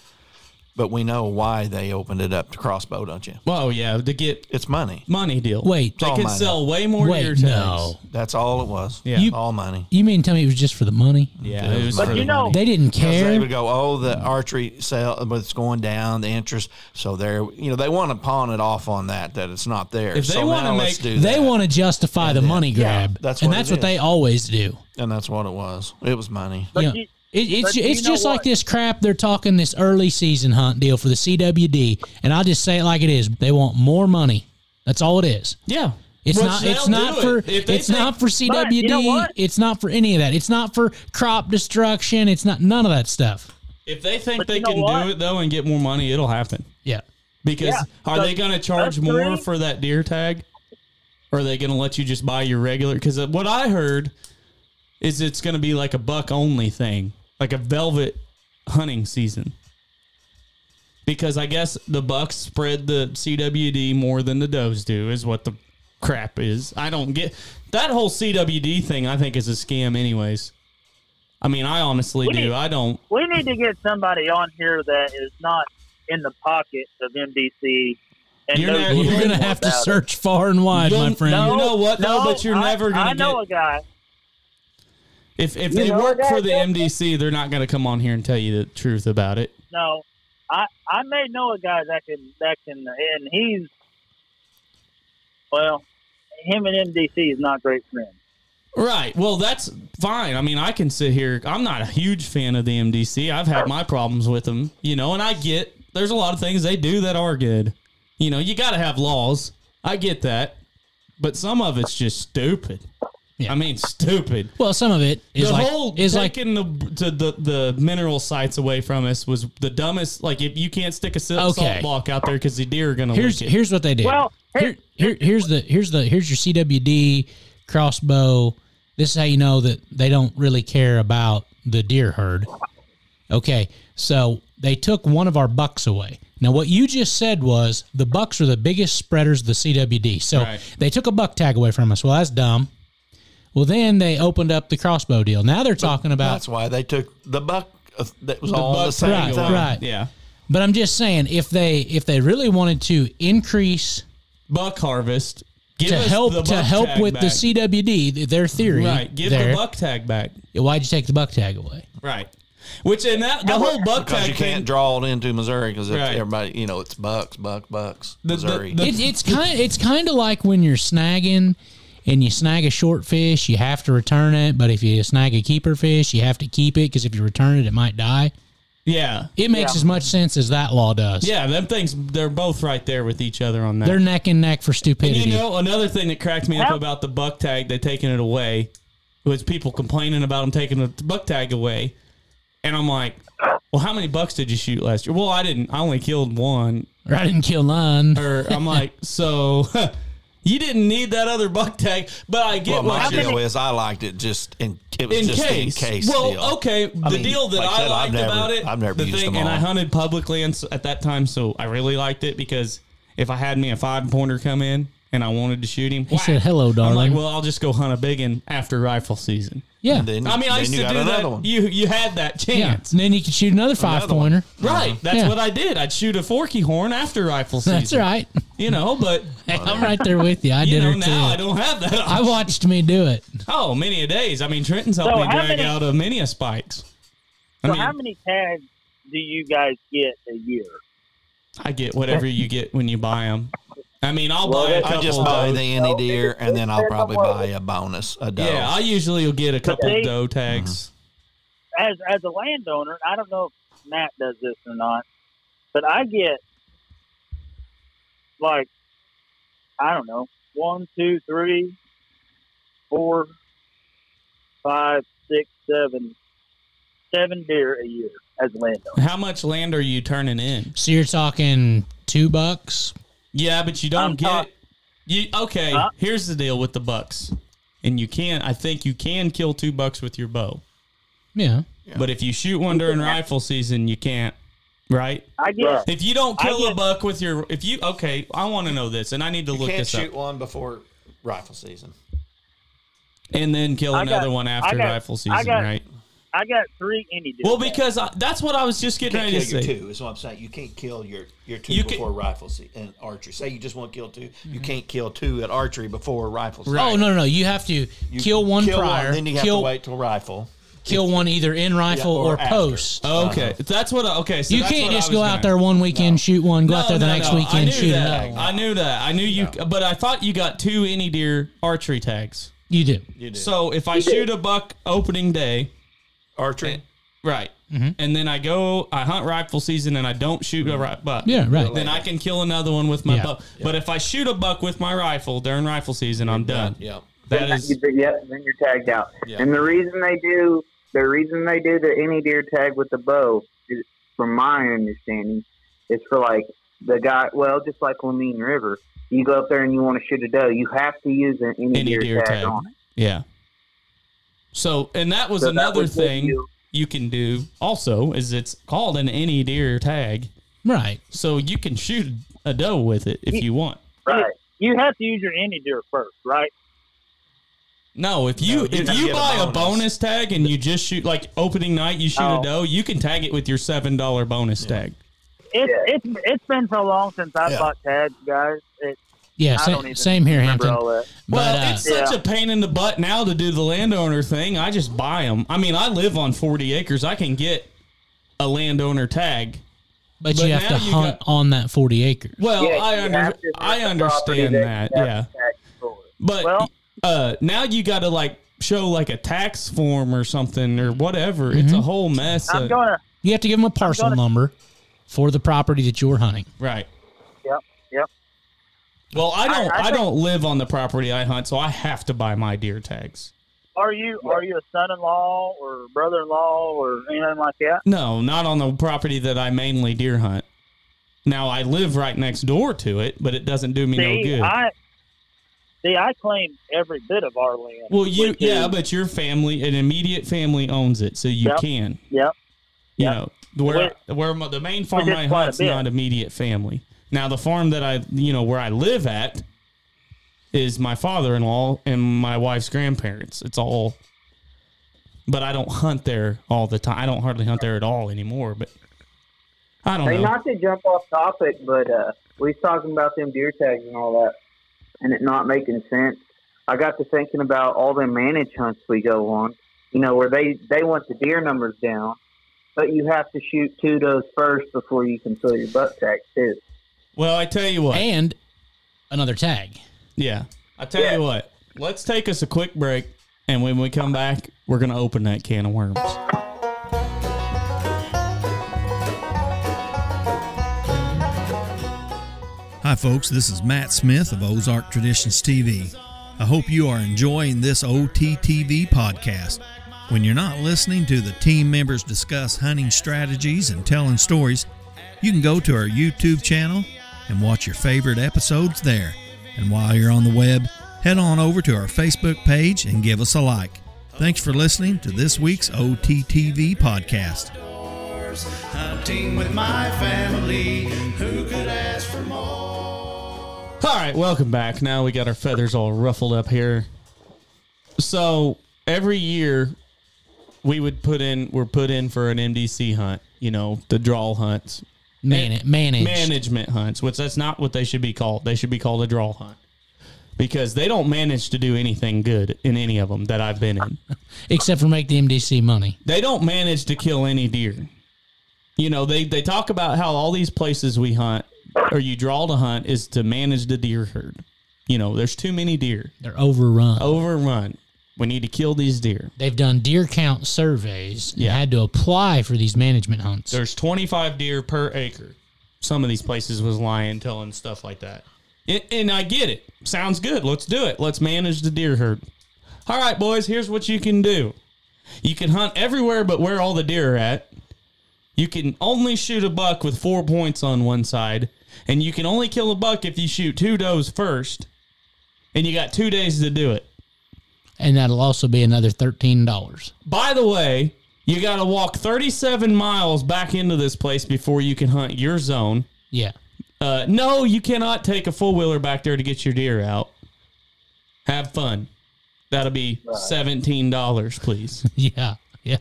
but we know why they opened it up to crossbow, don't you? Well, yeah, to get It's money. money deal. Wait. they all could mine. sell way more Wait, ear tags. no. That's all it was. Yeah. You- all money. You mean tell me it was just for the money? Yeah, it was But for you the know- money. They didn't Because they care. would go, oh, the archery sale, but it's going down, the interest. So they're, you know, they want to pawn it off on that, that it's not there. If they so wanna now make- let's do They that. want to justify the money yeah, grab, that's and what that's it what is. they always do. And that's what it was. It was money. Yeah. But It, you- it's but ju- you it's know just like what? this crap they're talking this early season hunt deal for the CWD, and I just say it like it is. They want more money. That's all it is. yeah. It's Which not. they'll It's not do for. it. If they It's think- not for CWD. you know what? it's not for any of that. It's not for crop destruction. It's not none of that stuff. If they think But they you know can what? do it though and get more money, it'll happen. Yeah. Because Yeah, are but they going to charge us more three- for that deer tag? Or are they going to let you just buy your regular? Because what I heard is it's going to be like a buck only thing, like a velvet hunting season. Because I guess the bucks spread the CWD more than the does do, is what the crap is. I don't get that whole CWD thing. I think is a scam, anyways. I mean, I honestly We need- do. I don't. we need to get somebody on here that is not in the pocket of MDC. And You're knows not- a You're little gonna more have to about it. search far and wide, You'll- my friend. no. You know what, though? But you're I- never gonna I know get- a guy. If if You they know work that, for the don't you? MDC, they're not going to come on here and tell you the truth about it. No, I I may know a guy that can that can, and he's well, him and MDC is not great friends. Right. Well, that's fine. I mean, I can sit here. I'm not a huge fan of the MDC. I've had my problems with them, you know, and I get there's a lot of things they do that are good. You know, you got to have laws. I get that. But some of it's just stupid. Yeah. I mean, stupid. Well, some of it is the like whole is like taking the, to the the mineral sites away from us was the dumbest. Like, if you can't stick a salt Okay. block out there because the deer are going to here's lick it. here's what they did. Well, here, here, here's the here's the here's your CWD crossbow. This is how you know that they don't really care about the deer herd. Okay, so they took one of our bucks away. Now, what you just said was the bucks are the biggest spreaders of the CWD. So Right. they took a buck tag away from us. Well, that's dumb. Well, then they opened up the crossbow deal. Now they're talking about That's why they took the buck. uh, That was The all the buck same tag right, thing. away. right. Yeah. But I'm just saying, if they if they really wanted to increase buck harvest. Give to us the help to buck help tag with the back. CWD, th- their theory, Right, give there, the buck tag back. Why'd you take the buck tag away? Right, which in that the whole buck Because tag you thing. can't draw it into Missouri because Right. everybody, you know, it's bucks, buck, bucks, The- the- Missouri. the- It, it's kind it's kind of like when you're snagging and you snag a short fish, you have to return it. But if you snag a keeper fish, you have to keep it because if you return it, it might die. yeah, It makes Yeah. as much sense as that law does. yeah, them things they're both right there with each other on that. they're neck and neck for and stupidity. you know another thing that cracked me up about the buck tag, they taking it away, was people complaining about them taking the buck tag away, and I'm like, well, how many bucks did you shoot last year? Well, I didn't. I only killed one. Or I didn't kill none. Or I'm *laughs* like, so. *laughs* You didn't need that other buck tag, but I get well, what my you're deal is I liked it just in, it was in just case. in case Well, deal. okay. The I mean, deal that like I I said, I've liked never- about it, I've never the used thing, them and I all. hunted public lands at that time, so I really liked it because if I had me a five pointer come in and I wanted to shoot him, He said, "Hello, I'm like, darling." well, I'll just go hunt a big one after rifle season. yeah, And then, I mean, I then used you to got do another that. one. You you had that yeah. chance, And then you could shoot another five one. pointer. right? That's Yeah. what I did. I'd shoot a forky horn after rifle season. *laughs* That's right. You know, but Hey, *laughs* I'm right there with you. I you did know her too. now I don't have that. *laughs* I watched me do it. oh, many a days. I mean, Trenton's helped So me how drag many- out a many a spikes. I So mean, how many tags do you guys get a year? I get whatever you get when you buy them. I mean, I'll Well, buy a I couple I just of buy those. the any deer, and then I'll probably buy a bonus, a doe. yeah, I usually will get a couple they- of doe tags. As as a landowner, I don't know if Matt does this or not, but I get like I don't know one, two, three, four, five, six, seven, seven deer a year as a landowner. How much land are you turning in? So you're talking two bucks. Yeah, but you don't I'm get. talk- you okay? Huh? Here's the deal with the bucks, and you can. I think you can kill two bucks with your bow, Yeah. but if you shoot one during rifle season, you can't. right? I guess If you don't kill I a get- buck with your, if you okay, I want to know this, and I need to You look can't this shoot up, one before rifle season. and then kill I got- another one after I got- rifle season, I got- right? I got three any day. Well, because I, that's what I was just You getting can't ready kill to your say. two. Is what I'm saying. You can't kill your your two You can- Mm-hmm. before rifle season and archery. Say you just want to kill 2 You can't kill two at archery before rifle season. Oh no, no, no! You have to You kill one prior, then you have kill to wait till rifle. kill one either in rifle Yeah, or or, after. post. Oh, Okay, that's what. I, okay, so Uh-huh. you that's can't what I just was go gonna- out there one weekend shoot one, go out there No, the no, next no, I weekend knew shoot that. another. I knew that. I knew you, but I thought you got two any deer archery tags. You do. You do So if I shoot a buck opening day, archery. right, Mm-hmm. and then I go, I hunt rifle season, and I don't shoot a ri- buck. Yeah, right. Then I can kill another one with my Yeah. buck. But if I shoot a buck with my rifle during rifle season, I'm done. Yeah. That Then is you- yep, then you're tagged out. Yeah. And the reason they do the reason they do the any deer tag with the bow, is, from my understanding, is for like the guy. Well, just like Lamine River, you go up there and you want to shoot a doe, you have to use an any, any deer, tag, on it. Yeah. So, and that was So that another would give thing you, you- can do also is it's called an any deer tag, Right. so you can shoot a doe with it if you want. Right. you have to use your any deer first, right? No, if you No, you if gotta you get a buy a bonus. bonus. tag and you just shoot like opening night, you shoot a Oh. doe, you can tag it with your seven dollar bonus tag. It's Yeah. it's it's been so long since I've Yeah. bought tags, guys. It, Yeah. I sa- don't even same here, remember Hampton. all that. Well, but uh, it's such a pain in the butt now to do the landowner thing. I just buy them. I mean, I live on forty acres. I can get a landowner tag. but, but you have to now you hunt on that forty acre. Well, Yeah, Oh, I you under have to have I the property understand that. you have Yeah, to tag for. but Well- uh, now you got to like show like a tax form or something or whatever. It's a whole mess. I'm of- gonna You have to give them a parcel gonna- number for the property that you're hunting. right. Yep, yep. Well, I don't. I, I think- don't live on the property I hunt, so I have to buy my deer tags. Are you are you a son-in-law or brother-in-law or anything like that? No, not on the property that I mainly deer hunt. Now I live right next door to it, but it doesn't do me no see, good. I see. I claim every bit of our land. well, you which is- yeah, but your family, an immediate family owns it, so you Yep. can. Yep. You Yep. know where where my, the main farm Which is I quite a hunt's bit. not immediate family. Now the farm that I you know where I live at is my father-in-law and my wife's grandparents. It's all. But I don't hunt there all the time. I don't hardly hunt there at all anymore. But I don't Hey, know. not to jump off topic, but uh, we was talking about them deer tags and all that, and it not making sense. I got to thinking about all the manage hunts we go on. You know where they they want the deer numbers down, but you have to shoot two does first before you can fill your buck tag too. well, I tell you what. And another tag. Yeah. I tell you what, let's take us a quick break. And when we come back, we're going to open that can of worms. Hi, folks. This is Matt Smith of Ozark Traditions TV. I hope you are enjoying this OTTV podcast. When you're not listening to the team members discuss hunting strategies and telling stories, you can go to our YouTube channel and watch your favorite episodes there. And while you're on the web, head on over to our Facebook page and give us a like. Thanks for listening to this week's OTTV podcast. Outdoors, hunting with my family. Who could ask for more? All right, welcome back. Now we got our feathers all ruffled up here. So every year we would put in, we're put in for an MDC hunt, you know, the draw hunts, Man, managed. management hunts, which that's not what they should be called. They should be called a draw hunt because they don't manage to do anything good in any of them that I've been in. except for make the MDC money. they don't manage to kill any deer. You know, they, they talk about how all these places we hunt or you draw to hunt is to manage the deer herd. You know, there's too many deer They're overrun. overrun. We need to kill these deer. They've done deer count surveys and Yeah. had to apply for these management hunts. There's 25 deer per acre. Some of these places was lying, telling stuff like that. And, and I get it. Sounds good. Let's do it. Let's manage the deer herd. All right, boys, here's what you can do you can hunt everywhere but where all the deer are at. You can only shoot a buck with four points on one side. And you can only kill a buck if you shoot two does first. And you got two days to do it. and that'll also be another thirteen dollars. By the way, You got to walk 37 miles back into this place before you can hunt your zone. Yeah. *laughs* Uh, no, you cannot take a four wheeler back there to get your deer out. Have fun. That'll be seventeen dollars, please. Yeah. Yeah.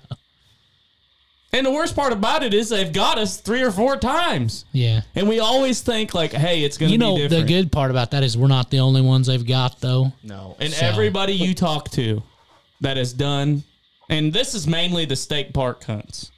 and the worst part about it is they've got us three or four times, Yeah. and we always think like, "Hey, it's going to You be know, the different." good part about that is we're not the only ones they've got, though. no, and So- everybody you talk to that has done, and this is mainly the state park hunts.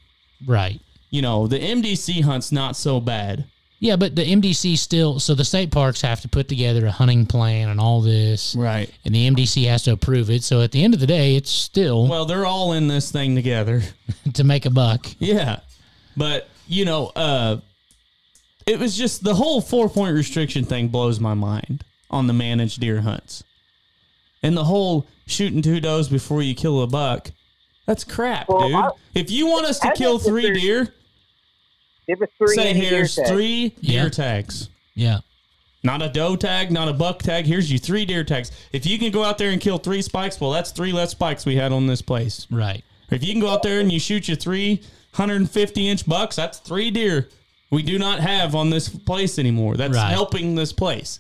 Right. You know, the MDC hunt's not so bad. Yeah, but the MDC still, so the state parks have to put together a hunting plan and all this, Right. and the MDC has to approve it. So at the end of the day, it's still Well, they're all in this thing together. *laughs* to make a buck. Yeah. But, you know, uh it was just the whole four point restriction thing blows my mind on the managed deer hunts. And the whole shooting two does before you kill a buck. That's crap, Well, dude. I- if you want us to I kill think that three there's deer, Give us three. say in a year here's tag. three Yeah. deer tags. Yeah. Not a doe tag, not a buck tag. Here's your three deer tags. If you can go out there and kill three spikes, well, that's three less spikes we had on this place. Right. If you can go out there and you shoot your 350 inch bucks, that's three deer we do not have on this place anymore. That's Right. helping this place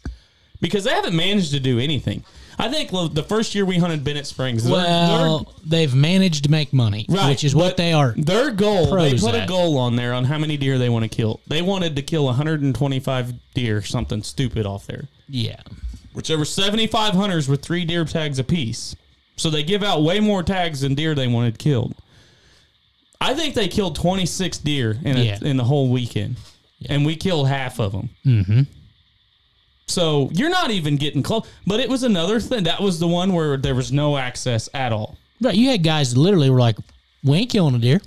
because they haven't managed to do anything. I think lo- the first year we hunted Bennett Springs, their- Well, they've managed to make money, Right, which is what but they are. their, their goal, they Pros put a at. goal on there on how many deer they want to kill. They wanted to kill 125 deer, something stupid off there. Yeah. Which there were 75 hunters with three deer tags apiece. So they give out way more tags than deer they wanted killed. I think they killed 26 deer in, a, Yeah. in the whole weekend. And we killed half of them. Mm-hmm. So you're not even getting close. But it was another thing. That was the one where there was no access at all. Right. You had guys that literally were like, "We ain't killing a deer.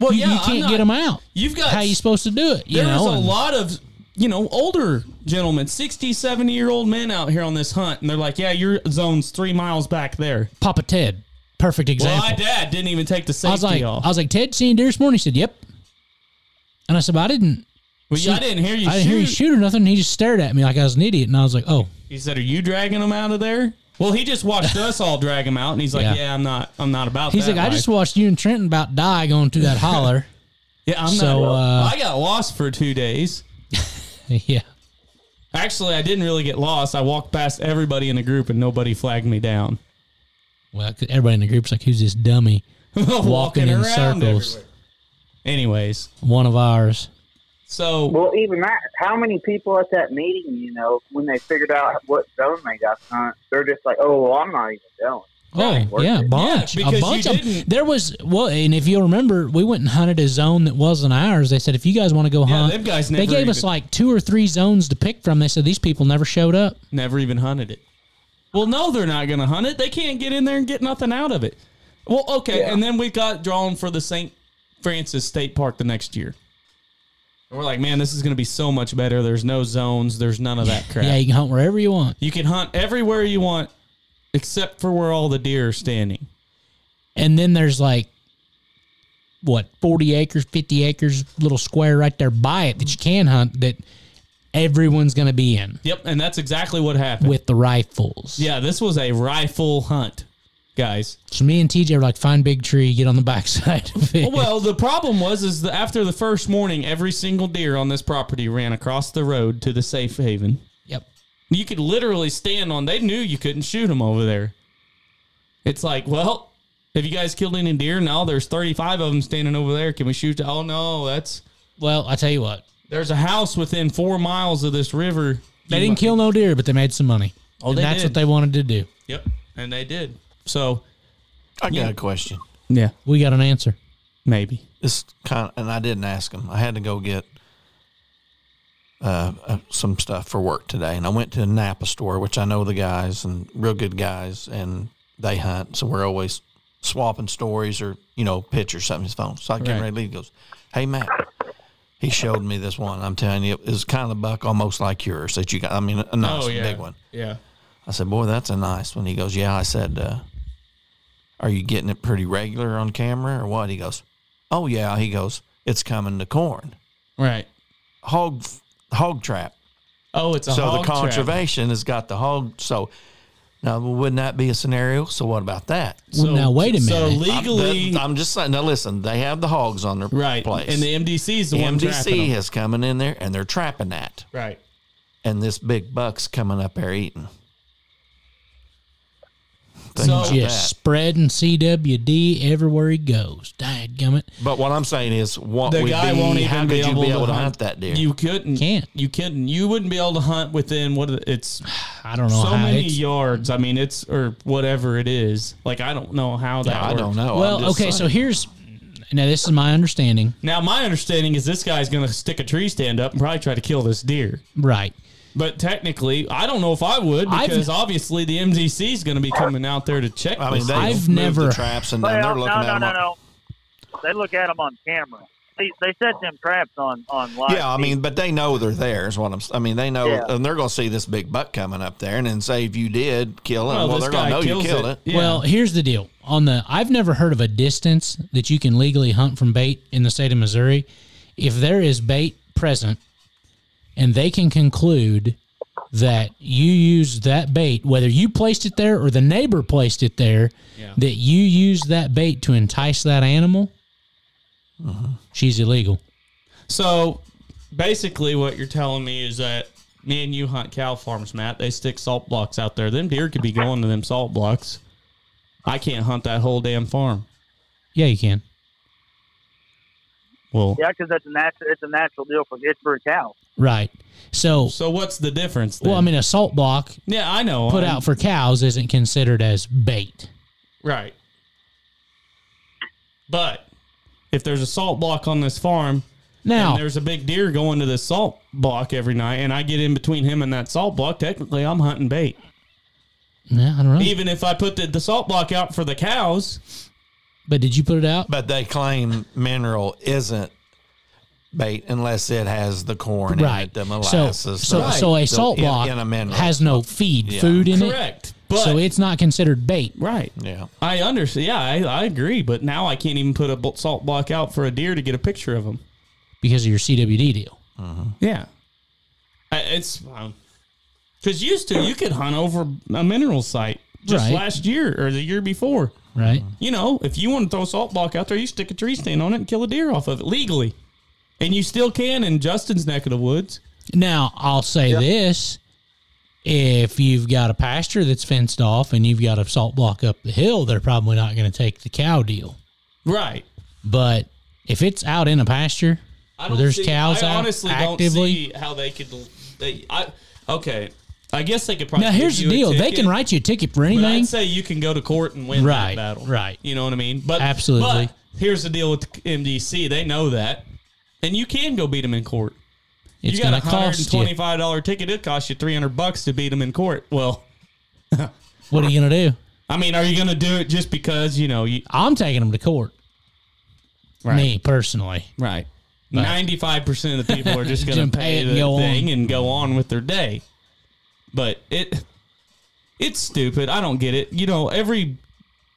Well, you, you can't get 'em get them out. You've got How you supposed to do it? You There's know." a and- lot of you know older gentlemen 60 70 year old men out here on this hunt and they're like yeah your zone's three miles back there Papa Ted, perfect well example. my dad didn't even take the safety I was like, off I was like, Ted seen deer this morning. He said, "Yep." And I said, but "I didn't. Well, yeah, I shoot- didn't hear you I didn't shoot. hear you shoot or nothing." And he just stared at me like I was an idiot, and I was like, "Oh, He said, "Are you dragging him out of there?" Well, he *laughs* just watched us all drag him out, and he's like, Yeah. "Yeah, I'm not. I'm not about." He's that like, I life." just watched you and Trenton about die going *laughs* through that holler. *laughs* Yeah, I'm so, not. uh, I got lost for two days. yeah, Actually, I didn't really get lost. I walked past everybody in the group, and nobody flagged me down. *laughs* well, 'cause everybody in the group's like, who's this dummy walking in around circles? everywhere. Anyways, One of ours. so Well, even that, how many people at that meeting, you know, when they figured out what zone they got hunt, they're just like, oh, well, I'm not even going. Oh yeah, a bunch, Yeah, because a you bunch of 'em. didn't- There was well, and if you remember, we went and hunted a zone that wasn't ours. They said if you guys want to go yeah, hunt, them guys never they gave even, us like two or three zones to pick from. They said these people never showed up. never even hunted it. Well, no, they're not going to hunt it. They can't get in there and get nothing out of it. Well, okay, and then we got drawn for the St. Francis State Park the next year. And we're like, man, this is going to be so much better. There's no zones. There's none of that crap. Yeah, you can hunt wherever you want, You can hunt everywhere you want, except for where all the deer are standing. and then there's like. What forty acres, fifty acres, little square right there by it that you can hunt that everyone's going to be in. Yep, and that's exactly what happened. with the rifles. yeah, this was a rifle hunt, *laughs* guys. So me and TJ were like, find big tree, get on the backside of it. Well, the problem was is that after the first morning, every single deer on this property ran across the road to the safe haven. yep. You could literally stand on. They knew you couldn't shoot them over there. It's like, well, have you guys killed any deer? Now there's 35 of them standing over there. Can we shoot? Oh no, that's Well, I tell you what, there's a house within four miles of this river. they didn't kill no deer, but they made some money. Oh, and they that's did. what they wanted to do. Yep, and they did. So I got a question. yeah, We got an answer. maybe. This kind, and I didn't ask him. I had to go get uh, uh, some stuff for work today, and I went to a Napa store, which I know the guys and real good guys, and they hunt, so we're always swapping stories or you know pictures, something on his phone. So I get Right. ready to leave. He goes, "Hey Matt." He showed me this one. I'm telling you, it was kind of a buck almost like yours that you got. I mean, a nice oh yeah, big one. Yeah. I said, "Boy, that's a nice one." He goes, "Yeah." I said, uh, "Are you getting it pretty regular on camera or what?" He goes, "Oh yeah." He goes, "It's coming to corn Right. hog hog trap." Oh, it's a so hog the trap. conservation has got the hog. So Now, wouldn't that be a scenario? So what about that? Well, now, wait a So minute. legally, I'm, that- I'm just saying. Now listen, they have the hogs on their right, place, and the MDC is the one trapping MDC them. is coming in there and they're trapping that, right. and this big buck's coming up there eating. Think So- about Just that. spreading CWD everywhere he goes. Dadgummit. But what I'm saying is, what The would guy be, won't how even could be you able, be able to hunt, hunt that deer? You couldn't. Can't. You couldn't. You wouldn't be able to hunt within what are the- it's I don't know so how many it's- yards. I mean, it's or whatever it is. Like I don't know how that. I works. don't know. Oh, I'm Well, just okay, so saying. here's now this is my understanding. Now my understanding is this guy's going to stick a tree stand up and probably try to kill this deer. Right. But technically, I don't know if I would I've- because obviously the MDC is going to be coming out there to check. I mean, this. they I've moved never- the traps and Well, they're no, looking no, at them. no, no. They look at them on camera. They, they set them traps on on live. Yeah, I mean, but they know they're there. Is what I'm. s- I mean, they know, Yeah. and they're going to see this big buck coming up there, and then say if you did kill him, Well, well, this they're going to guy know you kills killed it. it. Yeah. Well, here's the deal. On the I've never heard of a distance that you can legally hunt from bait in the state of Missouri. If there is bait present and they can conclude that you used that bait, whether you placed it there or the neighbor placed it there, that you used that bait to entice that animal, Uh-huh. she's illegal. So basically, what you're telling me is that me and you hunt cow farms, Matt. They stick salt blocks out there. Them deer could be going to them salt blocks. I can't hunt that whole damn farm. Yeah, you can. Well, yeah, because that's a natural. It's a natural deal for it's for a cow. Right. So, so what's the difference? Then? well, I mean, a salt block yeah, I know. put I'm- out for cows isn't considered as bait. right. But if there's a salt block on this farm, Now, and there's a big deer going to this salt block every night, and I get in between him and that salt block. Technically, I'm hunting bait. yeah, I don't know. Even if I put the, the salt block out for the cows, But did you put it out? But they claim mineral isn't bait unless it has the corn in right. it, the so, molasses. so, the- so a the- salt in- block in a mineral. has no feed, Yeah. food in correct. it. But so it's not considered bait. right, yeah. I understand. Yeah, I, I agree. But now I can't even put a bu- salt block out for a deer to get a picture of him. because of your CWD deal. Yeah, I, it's because used to you could hunt over a mineral site just Right. last year or the year before. Right. Mm-hmm. You know, if you want to throw a salt block out there, you stick a tree stand on it and kill a deer off of it legally. And you still can in Justin's neck of the woods. Now I'll say this: if you've got a pasture that's fenced off and you've got a salt block up the hill, they're probably not going to take the cow deal. Right. But if it's out in a pasture, I Well, there's see, cows I out honestly actively. don't see how they could. They, I, okay. I guess they could probably. now here's the give you a deal: they ticket, can write you a ticket for But I'd anything. say you can go to court and win Right, that battle. right. You know what I mean? But Absolutely. But here's the deal with the MDC. They know that, and you can go beat them in court. It's you got going a to hundred and cost you. twenty-five dollar ticket. It costs you three hundred bucks to beat them in court. Well, What are you going to do? I mean, are you going to do it just because you know you I'm taking them to court. Right. Me personally. right? Ninety-five percent of the people *laughs* are just going Just to pay pay it the and go thing on. and go on with their day. But it it's stupid. I don't get it. You know, every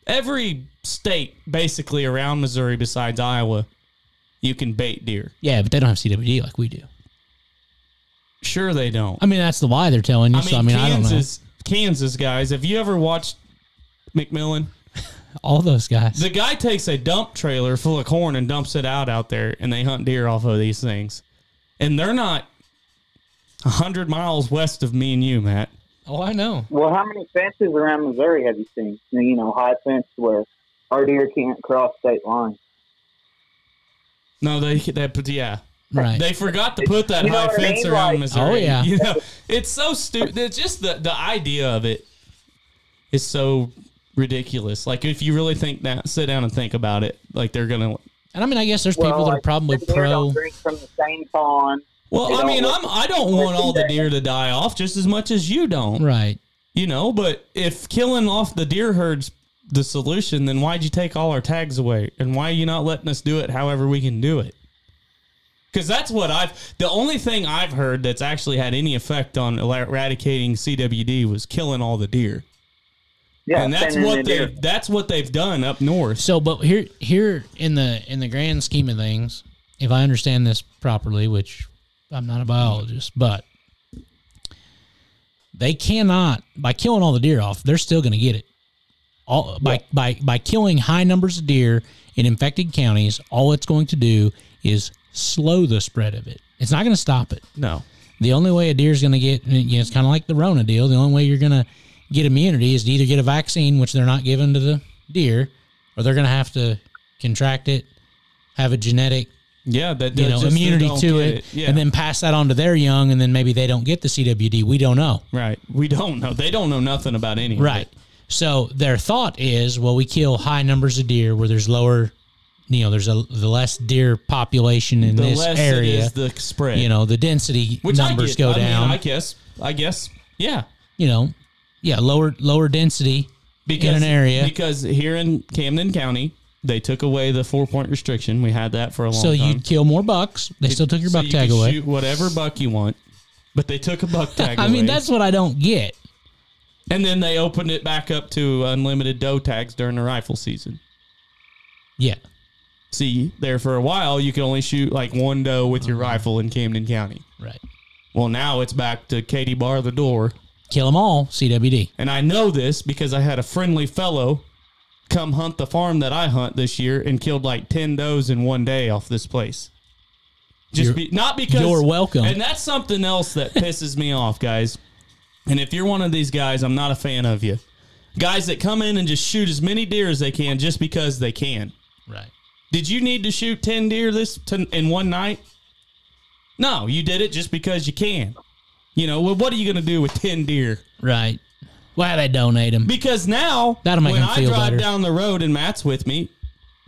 every state basically around Missouri besides Iowa, you can bait deer. Yeah, but they don't have CWD like we do. Sure, they don't. I mean, that's the lie they're telling you. so I mean, I don't know. Kansas, Kansas guys. Have you ever watched McMillan? All those guys. The guy takes a dump trailer full of corn and dumps it out out there, and they hunt deer off of these things. And they're not a hundred miles west of me and you, Matt. oh, I know. Well, how many fences around Missouri have you seen? You know, high fence where our deer can't cross state lines. No, they that yeah. Right. They forgot to put that You know high what I fence mean? around Like- Missouri. Oh, yeah. *laughs* you know it's so stupid. It's just the the idea of it is so ridiculous. Like if you really think that, sit down and think about it. Like they're gonna. and I mean, I guess there's people Well, that are like, probably the deer pro. Don't drink from the same pond. Well, They I don't mean, look- I'm I don't want all the deer to die off just as much as you don't. Right. You know, but if killing off the deer herd's the solution, then why'd you take all our tags away? And why are you not letting us do it however we can do it? Because that's what I've. The only thing I've heard that's actually had any effect on eradicating CWD was killing all the deer, Yeah, and that's sending what the they deer. have that's what they've done up north. So, but here, here in the in the grand scheme of things, if I understand this properly, which I'm not a biologist, but They cannot by killing all the deer off. They're still going to get it. All by by by killing high numbers of deer in infected counties. All it's going to do is slow the spread of it. It's not going to stop it. No. The only way a deer's going to get, you know, it's kind of like the Rona deal. The only way you're going to get immunity is to either get a vaccine, which they're not giving to the deer, or they're going to have to contract it, have a genetic, Yeah, that you know, that just- they immunity don't to get it, Yeah. and then pass that on to their young, and then maybe they don't get the CWD. We don't know. right, we don't know. They don't know nothing about any. of Right. it. So their thought is, well, we kill high numbers of deer where there's lower, you know, there's a the less deer population in The this less area. it is the spread. you know, the density Which I numbers get. go I mean, down. I guess. I guess. Yeah. you know, yeah, lower lower density Because, in an area. Because here in Camden County, they took away the four point restriction. We had that for a long so time. you'd kill more bucks. They still took your So buck you tag can away. *laughs* Shoot whatever buck you want, but they took a buck tag. I mean, away. that's what I don't get. and then they opened it back up to unlimited doe tags during the rifle season. Yeah, See, there for a while, you could only shoot like one doe with your rifle in Camden County. right. Well, now it's back to Katie bar the door, Kill them all. CWD. and I know this because I had a friendly fellow come hunt the farm that I hunt this year and killed like ten does in one day off this place. Just You're- be, not because You're welcome. And that's something else *laughs* that pisses me off, guys. And if you're one of these guys, I'm not a fan of you. Guys that come in and just shoot as many deer as they can just because they can. right. Did you need to shoot 10 deer this to, in one night? No, you did it just because you can. You know, well, what are you going to do with 10 deer? Right. Why they donate them? Because now, That'll make when them I feel drive better. down the road and Matt's with me,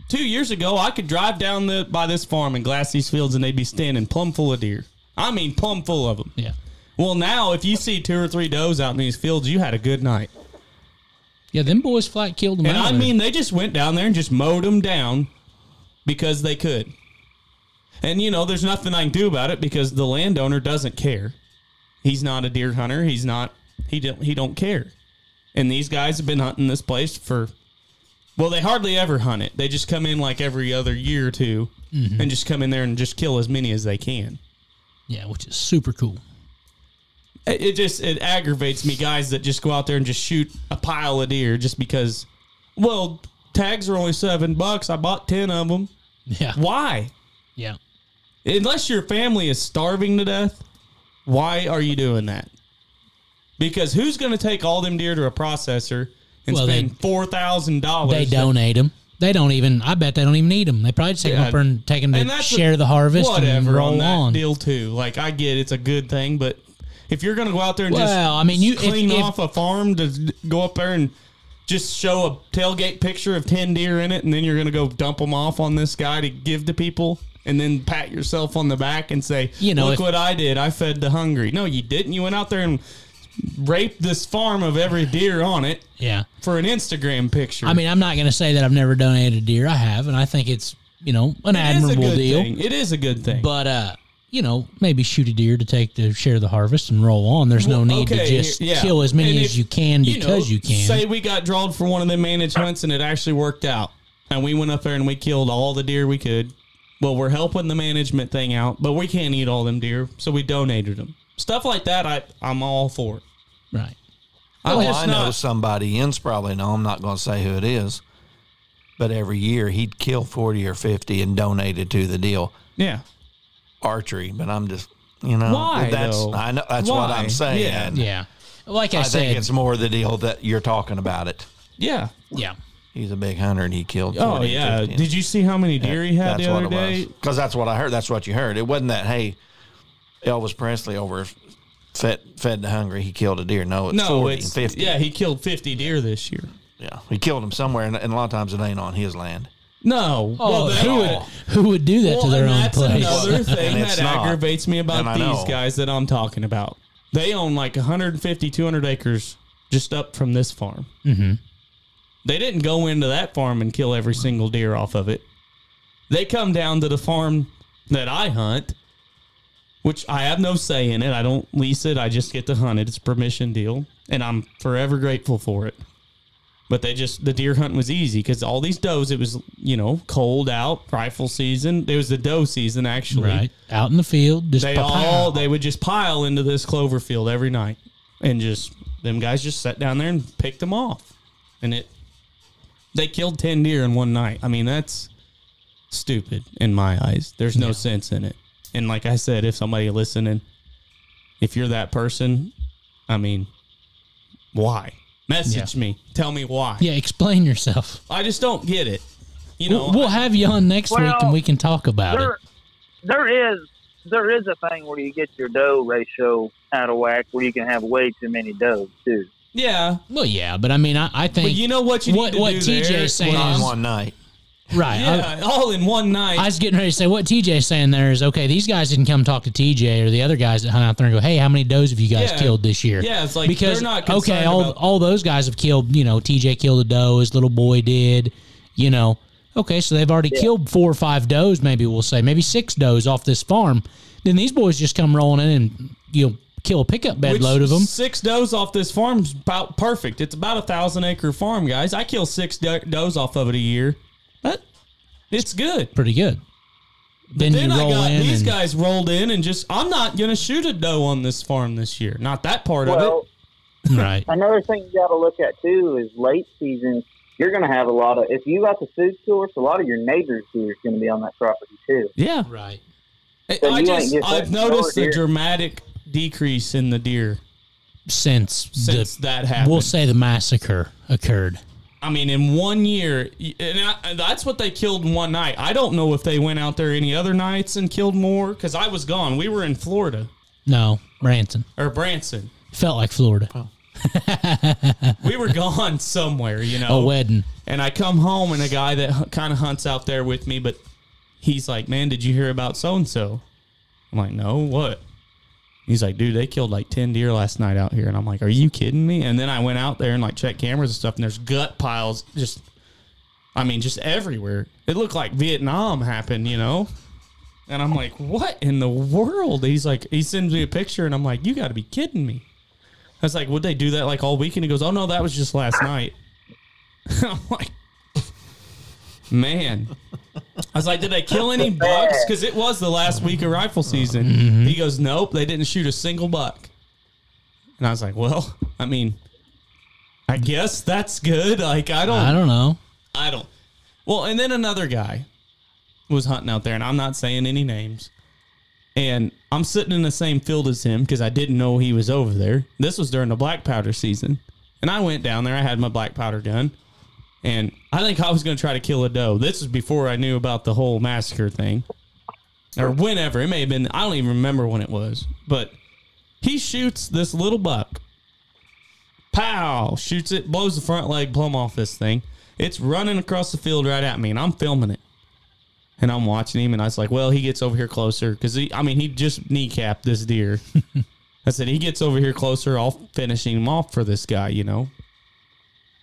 two years ago, I could drive down the by this farm in Glassie's Fields and they'd be standing plumb full of deer. I mean, plumb full of them. yeah. Well, now if you see two or three does out in these fields, you had a good night. Yeah. Them boys flat killed them. And I mean, they just went down there and just mowed them down because they could. And you know, there's nothing I can do about it because the landowner doesn't care. He's not a deer hunter. He's not. He don't. He don't care. And these guys have been hunting this place for. Well, they hardly ever hunt it. They just come in like every other year or 2 and just come in there and just kill as many as they can. yeah, which is super cool. *laughs* It, it just it aggravates me, guys that just go out there and just shoot a pile of deer just because. Well, tags are only seven bucks. I bought ten of them. Yeah. Why? Yeah. Unless your family is starving to death, why are you doing that? Because who's going to take all them deer to a processor and Well, they- spend four thousand dollars? They donate them. They don't even. I bet they don't even need them. They probably just take Yeah. them up and take them And to that's share a- the harvest and whatever roll on on. that deal too. Like I get it's a good thing, but if you're going to go out there and just Well, I mean, you if- clean if- off a farm to go up there and just show a tailgate picture of 10 deer in it and then you're going to go dump them off on this guy to give to people and then pat yourself on the back and say You know, look if- what i did i fed the hungry no you didn't you went out there and raped this farm of every deer on it Yeah. for an instagram picture I mean, I'm not going to say that I've never donated a deer. I have, and I think it's you know an It is a admirable good deal. thing. it is a good thing But uh, you know, maybe shoot a deer to take to share the harvest and roll on. There's no Well, need to okay, just yeah. kill as many And as if- you can because know, you, can. Say we got drawn for one of them managed hunts and it actually worked out, and we went up there and we killed all the deer we could. Well, we're helping the management thing out, but we can't eat all them deer, so we donated them. Stuff like that, I I'm all for. right. Oh, just I know not- somebody. Ian's probably know. I'm not going to say who it is, but every year he'd kill forty or fifty and donate it to the deal Yeah, archery. But I'm just, you know, Why, That's though? I know that's what Why? I'm saying. Yeah. Yeah. Like I, I think said, it's more the deal that you're talking about. It. yeah. yeah. He's a big hunter and he killed. 40, Oh yeah. 50. Did you see how many deer he had the other day? Because that's what I heard. That's what you heard. It wasn't that hey, Elvis Presley over fed fed the hungry. He killed a deer. No, it's No, forty it's and fifty. yeah. He killed fifty deer this year. Yeah. he killed him somewhere, and, and a lot of times it ain't on his land. No. Oh, that- who would who would do that to Well, their and own that's place? *laughs* another thing And that it's not. aggravates me about And I these know. guys that I'm talking about. They own like 150, 200 acres just up from this farm. Mm-hmm. They didn't go into that farm and kill every single deer off of it. They come down to the farm that I hunt, which I have no say in it. I don't lease it. I just get to hunt it. It's a permission deal, and I'm forever grateful for it. But they just the deer hunt was easy because all these does. It was you know cold out, rifle season. It was the doe season actually. right out in the field. Just They pow, pow. all they would just pile into this clover field every night. and just them guys just sat down there and picked them off, and it they killed ten deer in one night. I mean that's stupid in my eyes. There's no sense in it. And like I said, if somebody listening, if you're that person, I mean, why? Message me. Tell me why. Yeah, explain yourself. I just don't get it. You know, We'll, we'll have you on next week and Well, we can talk about it. there, there is there is a thing where you get your doe ratio out of whack where you can have way too many does too. yeah. Well, yeah, but I mean, I, I think But you know what you What- need to what do TJ is there? saying Not is- in one night. right. I- Yeah, all in one night. I was getting ready to say what TJ's saying there is okay, these guys didn't come talk to TJ or the other guys that hung out there and go, Hey, how many does have you guys Yeah. killed this year? Yeah, it's like because they're not okay, concerned all about- all those guys have killed, you know, TJ killed a doe, his little boy did, you know. Okay, so they've already killed four or five does, maybe we'll say, maybe six does off this farm. Then these boys just come rolling in and you know, kill a pickup bed Which load of them. Six does off this farm's about perfect. It's about a thousand acre farm, guys. I kill six do- does off of it a year. That it's good. Pretty good. Then, then you I roll got in these and, guys rolled in and just I'm not gonna shoot a doe on this farm this year. Not that part of Well, *laughs* it. right. another thing you got to look at too is late season. You're going to have a lot of if you got the food source, a lot of your neighbors here is going to be on that property too. Yeah. Right. I- So I you ain't just just I've letting go noticed of a deer. dramatic decrease in the deer Since, since the that happened. we'll say the massacre occurred. I mean, in one year, y- and, I, and that's what they killed in one night. I don't know if they went out there any other nights and killed more because I was gone. We were in Florida No, Branson. or Branson. Felt like Florida. We were gone somewhere, you know. A wedding. And I come home, and a guy that kind of hunts out there with me, but he's like, "Man, did you hear about so and so?" I'm like, "No, what?" He's like, "Dude, they killed like ten deer last night out here," and I'm like, "Are you kidding me?" And then I went out there and like checked cameras and stuff, and there's gut piles, just, I mean, just everywhere. It looked like Vietnam happened, you know. And I'm like, "What in the world?" He's like, he sends me a picture, and I'm like, "You got to be kidding me." I was like, "Would they do that like all weekend?" He goes, "Oh no, that was just last night." *laughs* I'm like, man. I was like, did they kill any bucks? Because it was the last week of rifle season. He goes, nope, they didn't shoot a single buck. And I was like, well, I mean, I guess that's good. Like, I don't, I don't know. I don't. Well, and then another guy was hunting out there, and I'm not saying any names. And I'm sitting in the same field as him because I didn't know he was over there. This was during the black powder season. And I went down there. I had my black powder gun. And I think I was going to try to kill a doe. This was before I knew about the whole massacre thing or whenever. It may have been, I don't even remember when it was. But he shoots this little buck. Pow! Shoots it, blows the front leg plumb off this thing. It's running across the field right at me, and I'm filming it. And I'm watching him, and I was like, well, he gets over here closer. Because, I mean, he just kneecapped this deer. I said, he gets over here closer. I'll finish him off for this guy, you know?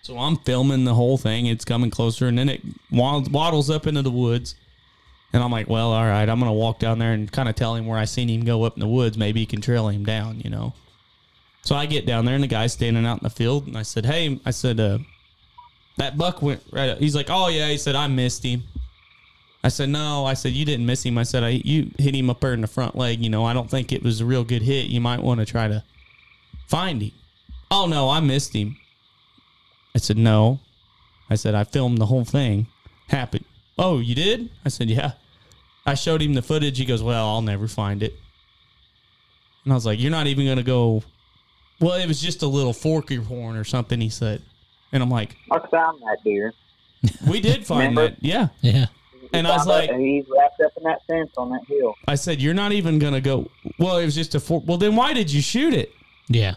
So I'm filming the whole thing. It's coming closer, and then it wa- waddles up into the woods. And I'm like, well, all right, I'm going to walk down there and kind of tell him where I seen him go up in the woods. Maybe he can trail him down, you know? So I get down there, and the guy's standing out in the field, and I said, hey, I said, uh, that buck went right up. He's like, oh, yeah. He said, I missed him. I said, no. I said, you didn't miss him. I said, I, you hit him up there in the front leg. You know, I don't think it was a real good hit. You might want to try to find him. Oh, no, I missed him. I said, no. I said, I filmed the whole thing. Happened. Oh, you did? I said, yeah. I showed him the footage. He goes, well, I'll never find it. And I was like, you're not even going to go. Well, it was just a little forky horn or something, he said. And I'm like, I found that deer. we did find Remember? that. Yeah. Yeah. We And I was found that- like- and he's wrapped up in that fence on that hill. I said, You're not even going to go. Well, it was just a four. Well, then why did you shoot it? Yeah.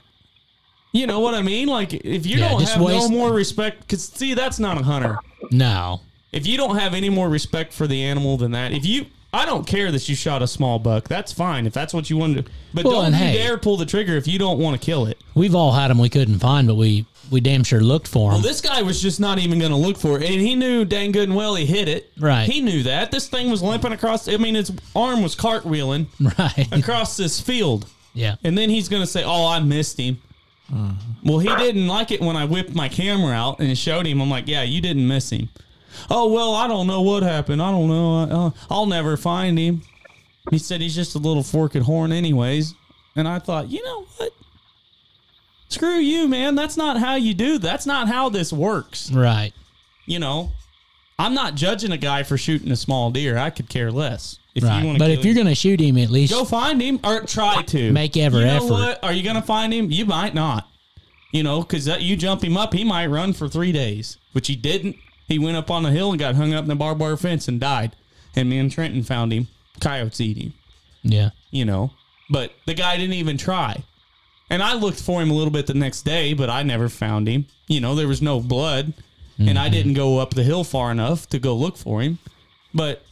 You know what I mean? Like, if you Yeah, don't just have waste- no more respect, because see, that's not a hunter. No. If you don't have any more respect for the animal than that, if you. I don't care that you shot a small buck. That's fine if that's what you wanted to. But Well, don't and you hey- dare pull the trigger if you don't want to kill it. We've all had them we couldn't find, but we we damn sure looked for Well, them. this guy was just not even going to look for it, and he knew dang good and well he hit it. Right. He knew that this thing was limping across. I mean, its arm was cartwheeling *laughs* right. across this field. *laughs* Yeah. And then he's going to say, "Oh, I missed him." Well, he didn't like it when I whipped my camera out and showed him. I'm like, "Yeah, you didn't miss him." Oh well, I don't know what happened. I don't know. Uh, I'll never find him. He said he's just a little forked horn, anyways. And I thought, you know what? Screw you, man. That's not how you do. That's not how this works. Right. You know, I'm not judging a guy for shooting a small deer. I could care less. If right. you want but if you're going to shoot him, at least go find him or try to Make every You know effort. What? Are you going to find him? You might not. You know, because you jump him up, he might run for three days, which he didn't. He went up on a hill and got hung up in a barbed wire fence and died. And me and Trenton found him. Coyotes eat him yeah, you know. But the guy didn't even try. And I looked for him a little bit the next day, but I never found him. You know, there was no blood, and I didn't go up the hill far enough to go look for him. But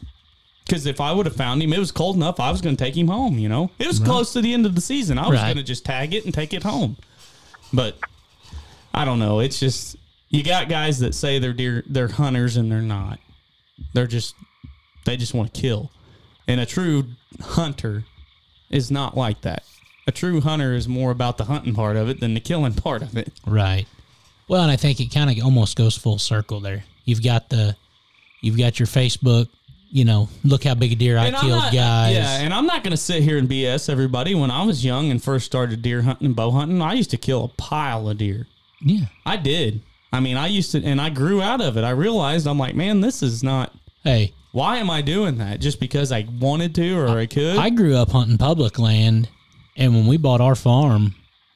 because if I would have found him, it was cold enough. I was going to take him home. You know, it was close to the end of the season. I was Right. going to just tag it and take it home. But I don't know. It's just you got guys that say they're deer, they're hunters, and they're not. They're just they just want to kill. And a true hunter is not like that. A true hunter is more about the hunting part of it than the killing part of it. right. Well, and I think it kind of almost goes full circle there. You've got the, you've got your Facebook. You know, look how big a deer I And I'm killed, not- guys. Yeah, and I'm not going to sit here and BS everybody. When I was young and first started deer hunting and bow hunting, I used to kill a pile of deer. yeah. I did. I mean, I used to, and I grew out of it. I realized I'm like, man, this is not. Hey, Why am I doing that? Just because I wanted to or I could? I grew up hunting public land, and when we bought our farm,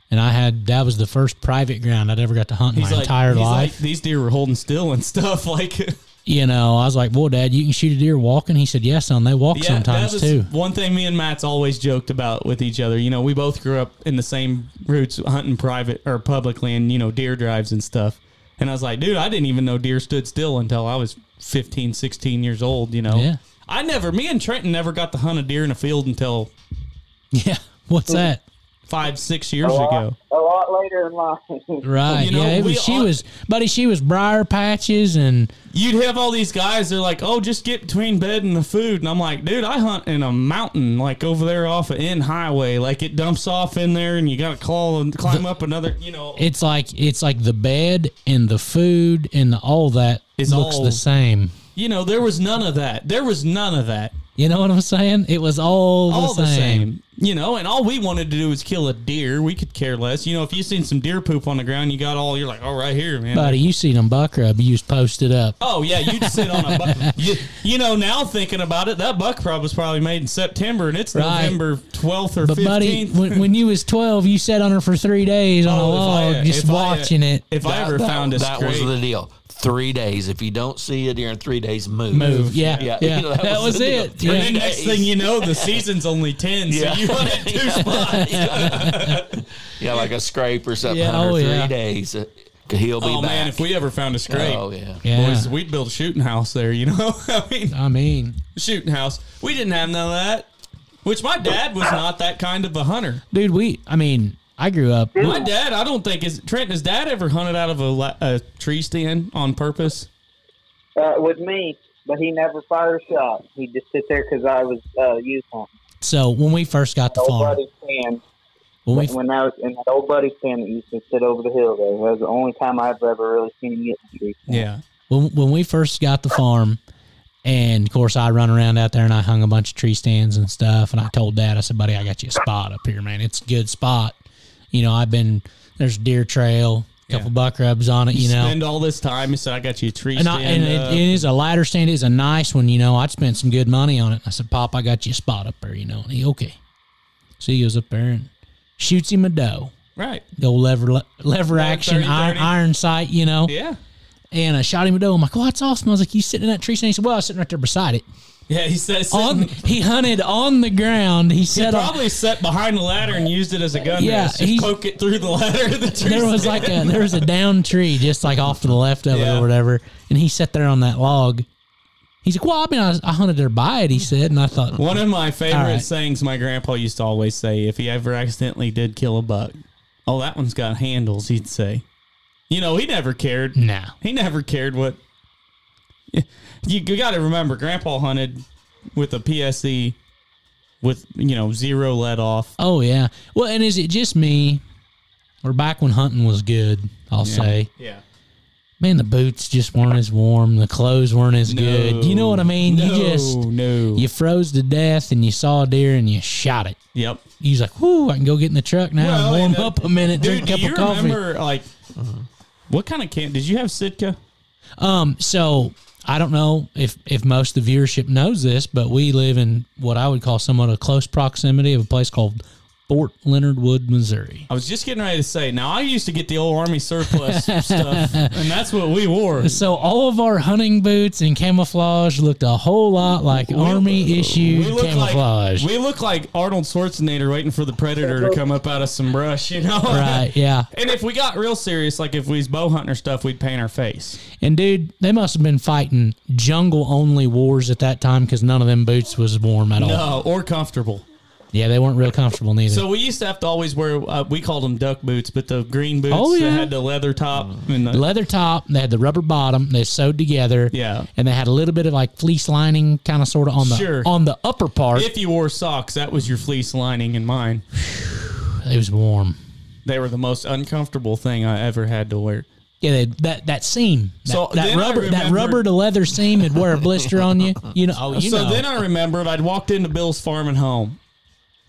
and I had that was the first private ground I'd ever got to hunt in my entire he's life. like, these deer were holding still and stuff. *laughs* Like, yeah, you know, I was like, "Well, Dad, you can shoot a deer walking." He said, "Yes, son, they walk that sometimes was too." *laughs* one thing me and Matt's always joked about with each other. You know, we both grew up in the same roots, hunting private or publicly, and you know, deer drives and stuff. And I was like, dude, I didn't even know deer stood still until I was 15, 16 years old. You know, Yeah. I never, me and Trenton never got to hunt a deer in a field until Yeah, what's that? five, six years ago. A lot later in life. *laughs* uh, Right? You know, yeah, it we was, she all- was, buddy. She was briar patches and You'd have all these guys, they're like, oh, just get between bed and the food. And I'm like, dude, I hunt in a mountain, like over there off of N Highway. Like it dumps off in there and you got to call and climb up another, you know. it's like it's like the bed and the food and the, all that It's looks all- the same. You know, there was none of that. There was none of that. You know what I'm saying? It was all, All the, same. You know, and all we wanted to do was kill a deer. We could care less. You know, if you seen some deer poop on the ground, you got all, you're like, oh, right here, man. buddy. You seen them buck rub? You just posted up. Oh, yeah, you'd sit on *laughs* a buck. you, you know, now thinking about it, that buck prop was probably made in September and it's Right. November 12th or But 15th. buddy, when, when you was 12, you sat on her for three days on a Oh, if I- log, just if I- watching it. If I ever found a that was the deal. Three days. If you don't see it during three days, move. Move, yeah, yeah, *laughs* Yeah, you know, that, that was, was the deal. it. Three Yeah. and then next thing you know, *laughs* the season's only ten, so Yeah. you want it two spots. Yeah, like a scrape or something. Yeah, under oh, three yeah. days. Uh, He'll be Oh back. man, if we ever found a scrape, oh yeah. Yeah. boys, we'd build a shooting house there. You know, *laughs* I mean, I mean, shooting house. We didn't have none of that. Which my dad was not that kind of a hunter. dude, we. I mean, I grew up. My dad, I don't think is Trent. His dad ever hunted out of a, la- a tree stand on purpose? Uh, with me, but he never fired a shot. He just sit there because I was uh, youth hunting. So when we first got the Old farm, buddy Stan, when we when I was in that old buddy Stan that used to sit over the hill there, that was the only time I've ever really seen him get in the tree. Yeah. when, when we first got the farm, and of course I run around out there and I hung a bunch of tree stands and stuff, and I told Dad, I said, buddy, I got you a spot up here, man. It's a good spot. You know, I've been there's deer trail, a couple Yeah. buck rubs on it, you know. spend all this time. He said, "I got you a tree and, I, stand." and up." it, it is a lighter stand. It's a nice one, you know. I'd spent some good money on it. I said, Pop, I got you a spot up there, you know. And he, okay. So he goes up there and shoots him a doe. right? Go lever le- lever action, 30, iron, 30. iron sight, you know. Yeah. And I shot him a doe. I'm like, well, that's awesome. I was like, you sitting in that tree stand? He said, well, I was sitting right there beside *laughs* it. Yeah. He says On He hunted on the ground. He He said, probably sat behind the ladder and used it as a gun. Yeah, Yeah, rest. he- Just poke it through the ladder. Of the tree there was stand. like a there was a down tree just like off to the left of it Yeah. or whatever, and he sat there on that log. He's like, well, I mean, I, I hunted there by it. He said, and I thought, one of my favorite All right. sayings. My grandpa used to always say, if he ever accidentally did kill a buck, oh that one's got handles. He'd say, you know, he never cared. nah. He never cared what. *laughs* You, you got to remember, Grandpa hunted with a PSE with you know zero let off. Oh yeah. Well, and is it just me, or back when hunting was good? I'll say Yeah, man, the boots just weren't as warm. The clothes weren't as good. You know what I mean? No, You just no. you froze to death and you saw a deer and you shot it. yep. He's like, "Whoo, I can go get in the truck now Well, and warm and, uh, up a minute, drink Dude, a do cup you of coffee." Uh-huh. remember like what kind of camp did you have Sitka? Um, so I don't know if if most of the viewership knows this, but we live in what I would call somewhat a close proximity of a place called Fort Leonard Wood, Missouri. I was just getting ready to say. Now I used to get the old army surplus stuff, and that's what *laughs* we wore. So all of our hunting boots and camouflage looked a whole lot like army We issued look camouflage. like we look like Arnold Schwarzenegger waiting for the predator to come up out of some brush, you know? *laughs* right, yeah. And if we got real serious, like if we was bow hunting or stuff, we'd paint our face. And dude, they must have been fighting jungle only wars at that time because none of them boots was warm at all. No, or comfortable. Yeah, they weren't real comfortable neither. So we used to have to always wear. Uh, we called them duck boots, but the green boots Oh, yeah. Mm. that had the leather top and the, leather top, they had the rubber bottom, they sewed together. Yeah. And they had a little bit of like fleece lining kind of sort of on the Sure. on the upper part. If you wore socks, that was your fleece lining and mine. it was warm. They were the most uncomfortable thing I ever had to wear. Yeah, they, that that seam, that, So that then I rubber, that remembered- rubber to leather seam, it'd wear a blister on you. *laughs* You know, oh, you Uh, so know. then I remembered I'd walked into Bill's Farm and Home,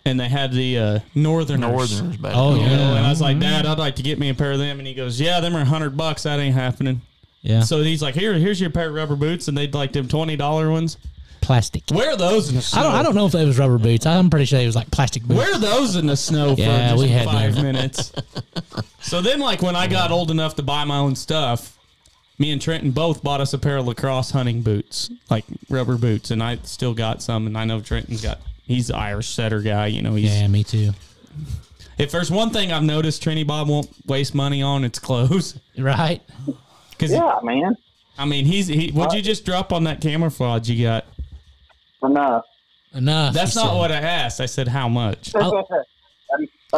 and they had the uh, Northerners. Northerners back. oh You know, yeah, and I was like, Dad, I'd like to get me a pair of them. And he goes, Yeah, them are hundred bucks. That ain't happening. yeah, So he's like, Here, here's your pair of rubber boots, and they'd like them twenty dollar ones. plastic. Wear those in the snow. I don't, I don't know if they was rubber boots. I'm pretty sure they was like plastic boots. Wear those in the snow for Yeah, just we had five them. minutes. So then, like when I got old enough to buy my own stuff, me and Trenton both bought us a pair of lacrosse hunting boots, like rubber boots, and I still got some. And I know Trenton's got. He's the Irish setter guy, you know. He's Yeah, me too. if there's one thing I've noticed, Trinity Bob won't waste money on it's clothes. Right? Because Yeah, man. I mean, he's he. What'd you just drop on that camouflage you got? Enough. Enough. That's he not said. what I asked. I said how much. Oh. *laughs*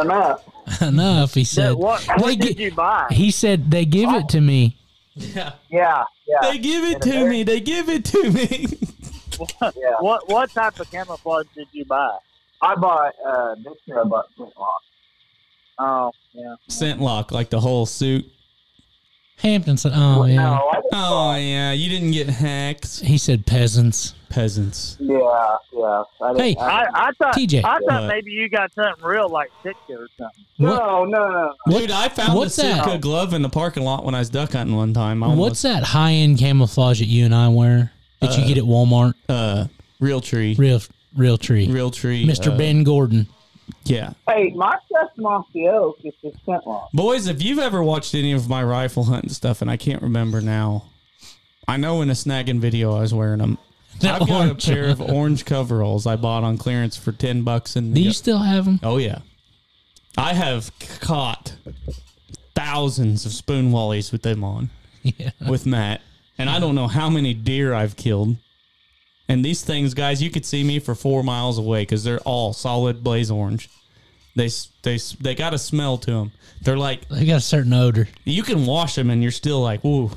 *laughs* Enough. Enough. He said. what They what did gi- you buy? He said they give it to me. Yeah, yeah, They give it to me. They give it to me. *laughs* yeah. What what type of camouflage did you buy? I bought uh, this year. I bought flintlock. Oh yeah, Scent lock, like the whole suit. Hampton said, "Oh yeah." No, I just Oh yeah, you didn't get hacked. He said peasants. Peasants. yeah, yeah. I didn't, Hey, I, I, I thought TJ. I thought What? maybe you got something real like Sitka or something. What, no, no, no. Dude, I found what's a Sitka that? glove in the parking lot when I was duck hunting one time. I what's that high end camouflage that you and I wear that you get at Walmart? almost, uh real tree? Real, real tree. Real tree. Mr. uh, Ben Gordon. Yeah. Hey, my stuff's mossy oak. It's just flintlock. Boys, if you've ever watched any of my rifle hunting stuff, and I can't remember now, I know in a snagging video I was wearing them. That I've got orange. a pair of orange coveralls I bought on clearance for ten bucks. And Do you still have them? oh yeah, I have caught thousands of spoon wallies with them on. *laughs* Yeah. with Matt, and I don't know how many deer I've killed. And these things, guys, you could see me for four miles away because they're all solid blaze orange. They s- they s- they got a smell to them. They're like They got a certain odor. you can wash them, and you're still like, ooh,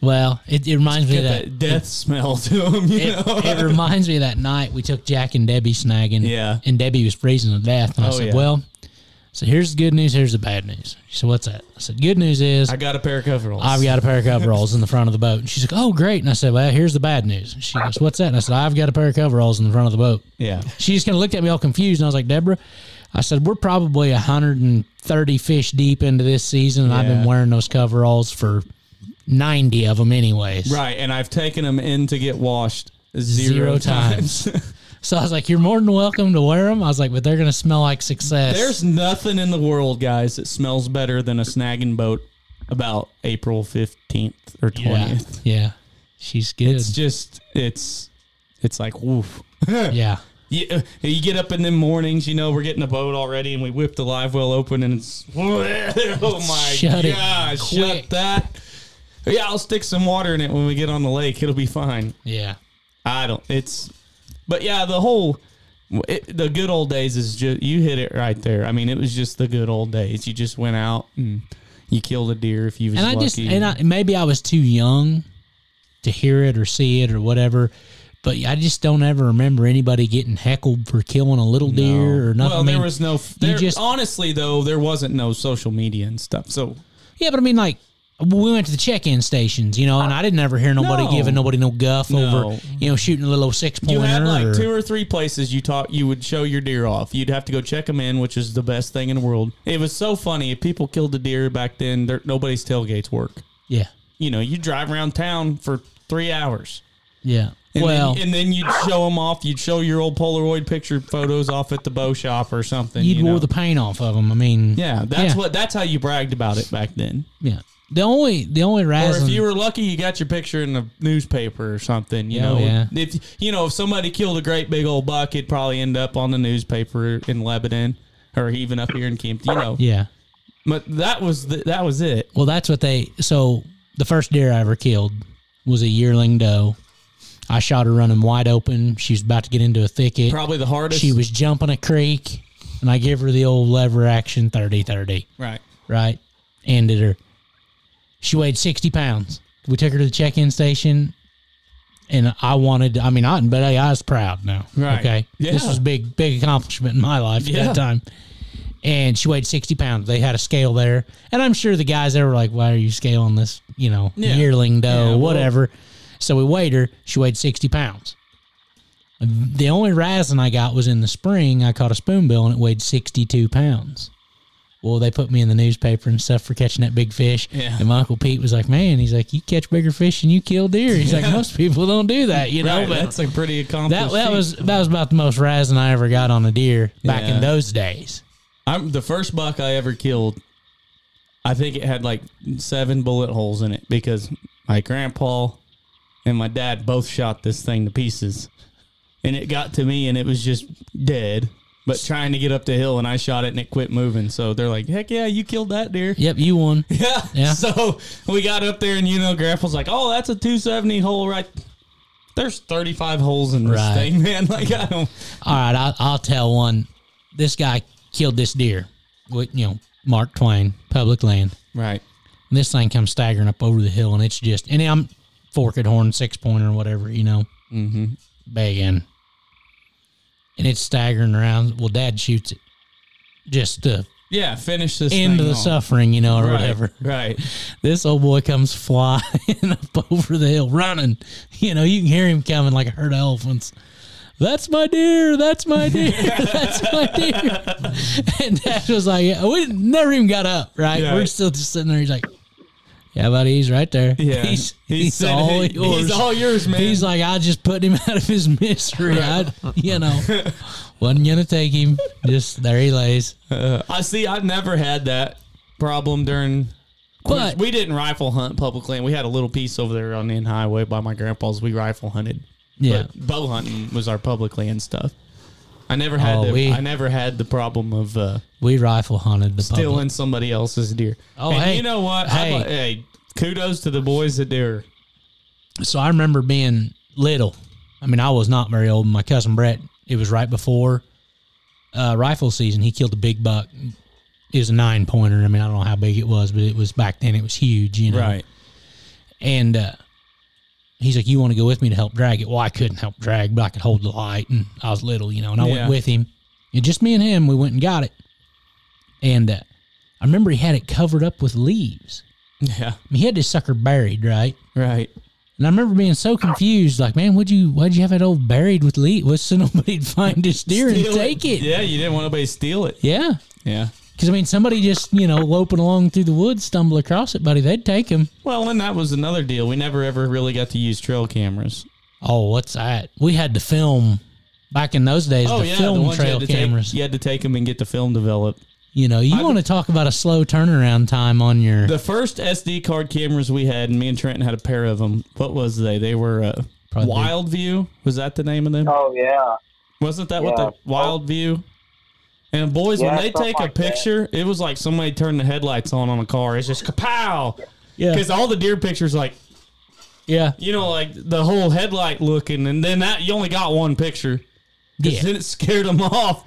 Well, it, it reminds me get of that. *laughs* that death smell to them. *laughs* You It, know, it reminds me of that night we took Jack and Debbie snagging. Yeah. And Debbie was freezing to death. And I Oh, said, yeah. Well, so here's the good news, here's the bad news. She said, What's that? I said, Good news is I got a pair of coveralls. I've got a pair of coveralls in the front of the boat. And she's like, Oh, great. And I said, Well, here's the bad news. And she goes, What's that? And I said, I've got a pair of coveralls in the front of the boat. yeah. She just kind of looked at me all confused. And I was like, Deborah, I said, We're probably 130 fish deep into this season. And I've been Yeah. wearing those coveralls for 90 of them, anyways. Right, and I've taken them in to get washed Zero zero, times. *laughs* times. So I was like, You're more than welcome to wear them. I was like, But they're going to smell like success. There's nothing in the world, guys, that smells better than a snagging boat about April 15th or 20th. yeah. Yeah. She's good. It's just it's it's like woof. yeah. You, uh, you get up in the mornings, you know, we're getting the boat already, and we whip the live well open, and it's *laughs* oh my Shut it god, quick. shut that. Yeah, I'll stick some water in it when we get on the lake. It'll be fine. Yeah. I don't. It's, but yeah, the whole, it, the good old days is just you hit it right there. I mean, it was just the good old days. You just went out and you killed a deer if you was and I lucky. just and I, maybe I was too young to hear it or see it or whatever, but I just don't ever remember anybody getting heckled for killing a little deer or nothing. Well, I there mean, was no. There, just- honestly, though, there wasn't no social media and stuff. So yeah, but I mean, like we went to the check-in stations, you know, and I didn't ever hear nobody No. giving nobody no guff No. over, you know, shooting a little six pointer. You had like or- two or three places you taught you would show your deer off. You'd have to go check them in, which is the best thing in the world. It was so funny. If people killed a deer back then, there, nobody's tailgates work. yeah, You know, you drive around town for three hours. yeah. And well, then, and then you'd show them off. You'd show your old Polaroid picture photos off at the bow shop or something. you'd you wore know. the paint off of them. I mean, yeah. That's Yeah. what. That's how you bragged about it back then. yeah. The only the only Or if razzling, you were lucky, you got your picture in the newspaper or something. You Oh, know, yeah. if you know if somebody killed a great big old buck, it'd probably end up on the newspaper in Lebanon or even up here in Kemp. You know, yeah. but that was the, that was it. Well, that's what they. So the first deer I ever killed was a yearling doe. I shot her running wide open. She was about to get into a thicket. Probably the hardest. She was jumping a creek, and I gave her the old lever action 30 30, right. right? Ended her. She weighed 60 pounds. We took her to the check in station, and I wanted, I mean, I, but hey, I was proud now. Right. Okay. This Yeah. was a big, big accomplishment in my life at Yeah. that time. And she weighed 60 pounds. They had a scale there. And I'm sure the guys there were like, why are you scaling this, you know, Yeah. yearling Yeah, doe, well- whatever. so we weighed her. She weighed 60 pounds. The only razzing I got was in the spring. I caught a spoonbill and it weighed 62 pounds. Well, they put me in the newspaper and stuff for catching that big fish. Yeah. And my Uncle Pete was like, man, he's like, you catch bigger fish and you kill deer. He's like, most people don't do that, you know? Right, but that's a pretty that, accomplished. that feat. was that was about the most razzing I ever got on a deer back Yeah. in those days. I'm the first buck I ever killed. I think it had like seven bullet holes in it because my grandpa and my dad both shot this thing to pieces, and it got to me and it was just dead. But trying to get up the hill and I shot it and it quit moving. So they're like, "Heck yeah, you killed that deer." Yep, you *laughs* won. Yeah. Yeah. So we got up there and you know, Grandpa's like, "Oh, that's a 270 hole right." There's 35 holes in this Right. thing, man. *laughs* Like I don't. All right, I'll, I'll tell one. This guy killed this deer. With, you know, Mark Twain, public land. Right. And this thing comes staggering up over the hill, and it's just, and I'm forked horn, six pointer, whatever, you know, Mm-hmm. begging. And it's staggering around. Well, dad shoots it. Just the Yeah. Finish this. end thing of the off. suffering, you know, or Right, whatever. Right. This old boy comes flying *laughs* up over the hill, running. You know, you can hear him coming like a herd of elephants. That's my deer. That's my deer. *laughs* That's my deer. *laughs* And Dad was like, yeah, we never even got up, right? Yeah. We're still just sitting there. He's like, yeah, buddy, he's right there. Yeah. *laughs* He's, he's, sitting- all he- yours. He's all yours, man. He's like, I just put him *laughs* out of his misery. I, you *laughs* know, wasn't going to take him. Just there he lays. Uh, I see. I've never had that problem during. But we didn't rifle hunt public land. We had a little piece over there on the highway by my grandpa's. We rifle hunted. yeah, But bow hunting was our public land stuff. I never had Oh, the we- I never had the problem of uh, we rifle hunted the public. stealing somebody else's deer. Oh, And hey. you know what? Hey. How about- hey, kudos to the boys that do. so I remember being little. I mean, I was not very old. My cousin Brett, it was right before uh, rifle season. He killed a big buck. It was a nine pointer. I mean, I don't know how big it was, but it was back then. It was huge, you know. And uh, he's like, "You want to go with me to help drag it?" Well, I couldn't help drag, but I could hold the light, and I was little, you know. And I Yeah. went with him. And just me and him, we went and got it. And uh, I remember he had it covered up with leaves. Yeah. I mean, he had this sucker buried, right? Right. And I remember being so confused, like, man, would you why'd you have that old buried with lead? Was *laughs* so nobody'd find this deer and Steal take it? Yeah, you didn't want nobody to steal it. Yeah. Yeah. Because I mean, somebody just you know loping along through the woods, stumble across it, buddy, they'd take him. Well, and that was another deal. We never ever really got to use trail cameras. Oh, what's that? We had the film back in those days. the film Oh, ones you had trail to take- cameras. you had to take them and get the film developed. You know, you want to talk about a slow turnaround time on your The first SD card cameras we had, and me and Trenton had a pair of them. What was they? They were uh, Probably. Wild View. Was that the name of them? Oh yeah, Wasn't that what Yeah. the Wild View? And boys, Yeah, when they something take a like that. picture, it was like somebody turned the headlights on on a car. It's just kapow. yeah Because all the deer pictures, like yeah you know, like the whole headlight looking, and then that you only got one picture. yeah. yeah. then it scared them *laughs* off.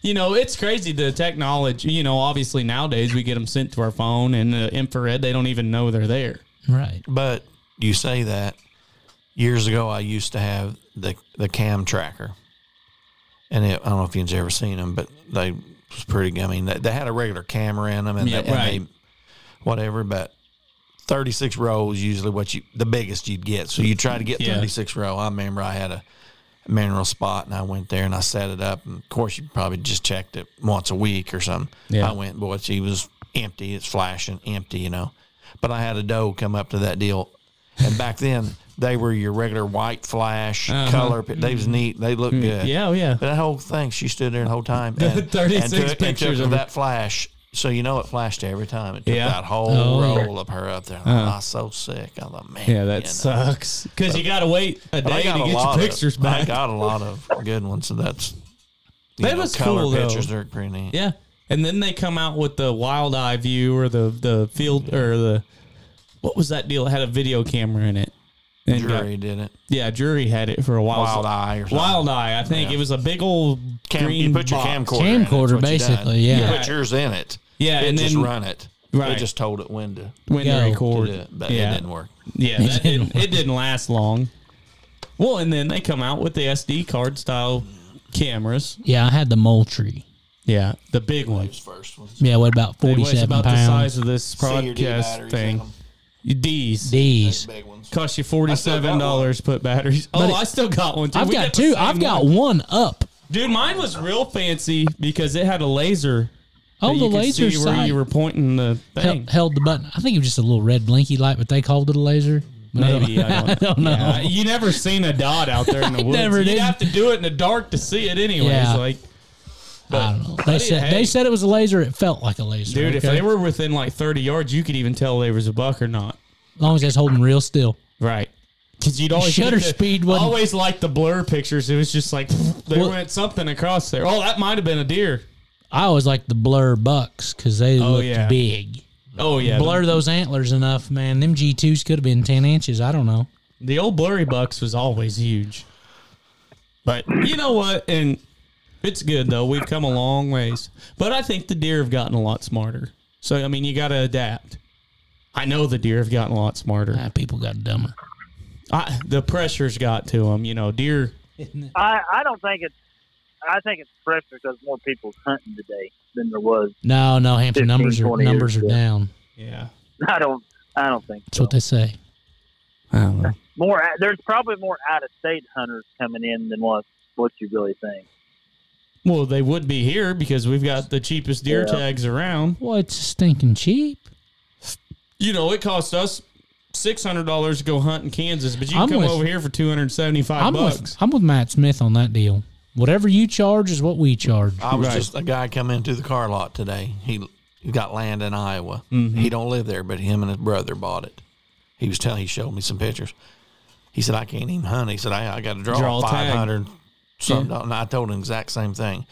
You know, it's crazy the technology. You know, obviously nowadays we get them sent to our phone and uh, infrared. They don't even know they're there. right But you say that years ago, I used to have the the cam tracker, and it, I don't know if you've ever seen them, but they was pretty. I mean, they, they had a regular camera in them, and, Yeah, they, and right. they, whatever. But 36 row is usually what you the biggest you'd get. So you try to get Yeah. 36 row. I remember I had a mineral spot and I went there and I set it up. And of course, you probably just checked it once a week or something. Yeah. I went, boy, she was empty. It's flashing empty, you know. But I had a doe come up to that deal, and back *laughs* then they were your regular white flash Uh-huh. color. They was neat. They looked good. Yeah, oh yeah. But that whole thing, she stood there the *laughs* whole time. The 36 took- pictures took of her. that flash. So you know it flashed every time. It took Yeah. Uh-huh. that whole Oh, yeah. roll of her up there. I was so sick. I thought, man. Yeah, that you know. sucks. Because you got to wait a But day I to got a get your lot pictures of, I back. got a lot of good ones. So that's you That know, was color cool, though. pictures. They're pretty neat. Yeah. And then they come out with the wild eye view or the, the field or the, what was that deal? It had a video camera in it. And got- Jury did it. yeah, jury had it for a while. Wild eye or something. Wild eye, I think. Yeah. It was a big old Cam, green you put your box. camcorder. in, that's Camcorder, what you done. basically, You yeah. put yours in it. Yeah, It and just then run it. Right. It just told it when to, when Go. they to record. do it, but yeah. it didn't work. *laughs* Yeah, that didn't didn't, it didn't last long. Well, and then they come out with the SD card style cameras. Yeah, I had the mole tree. Yeah, the big one. Those first ones. Yeah, what about They weigh forty-seven about the pounds? size of this CRD podcast batteries in thing. them. D's. These. Big ones. Cost you still forty-seven got one. dollars. Put batteries. Oh, But it- I still got one. Too. I've We got the two. same I've got one. one up. Dude, mine was real fancy because it had a laser. Oh, the that you could laser see where sight you were pointing the hel- thing. held the button. I think it was just a little red blinky light, but they called it a laser. But *laughs* I don't- Maybe I don't, I don't know. Yeah, you never seen a dot out there in the *laughs* woods. never You'd did. have to do it in the dark to see it, anyways. Yeah. Like, I don't know. They Hey, said hey. they said it was a laser. It felt like a laser. dude, if okay? they were within like thirty yards, you could even tell there was a buck or not. as long as it's holding real still. Right. Because you'd always Shutter get the- speed wasn't- always like the blur pictures. It was just like there Well- went something across there. Oh, that might have been a deer. I always like the blur bucks because they Oh, looked yeah. big. Oh yeah, Blur those antlers enough, man. Them G twos could have been ten inches. I don't know. The old blurry bucks was always huge. But you know what? And it's good though. We've come a long ways. But I think the deer have gotten a lot smarter. So I mean, you got to adapt. I know the deer have gotten a lot smarter. Ah, people got *laughs* dumber. I, the pressure's got to them. You know, deer. I, I don't think it's. I think it's pressure because more people's hunting today than there was. *laughs* No, no, Hampton 15, numbers are 20 years numbers are ago. down. Yeah. I don't. I don't think That's so. what they say. I don't know. More. out- There's probably more out of state hunters coming in than what what you really think. Well, they would be here because we've got the cheapest deer Yeah. tags around. Well, it's stinking cheap. You know, it cost us six hundred dollars to go hunt in Kansas, but you can I'm come with- over here for two hundred seventy-five I'm bucks. with, I'm with Matt Smith on that deal. Whatever you charge is what we charge. I was Right. just a guy come in through the car lot today. He he got land in Iowa. Mm-hmm. He don't live there, but him and his brother bought it. He was telling. He showed me some pictures. He said I can't even hunt. He said I, I got to draw, Draw a tag. five hundred something. And I told him the exact same thing.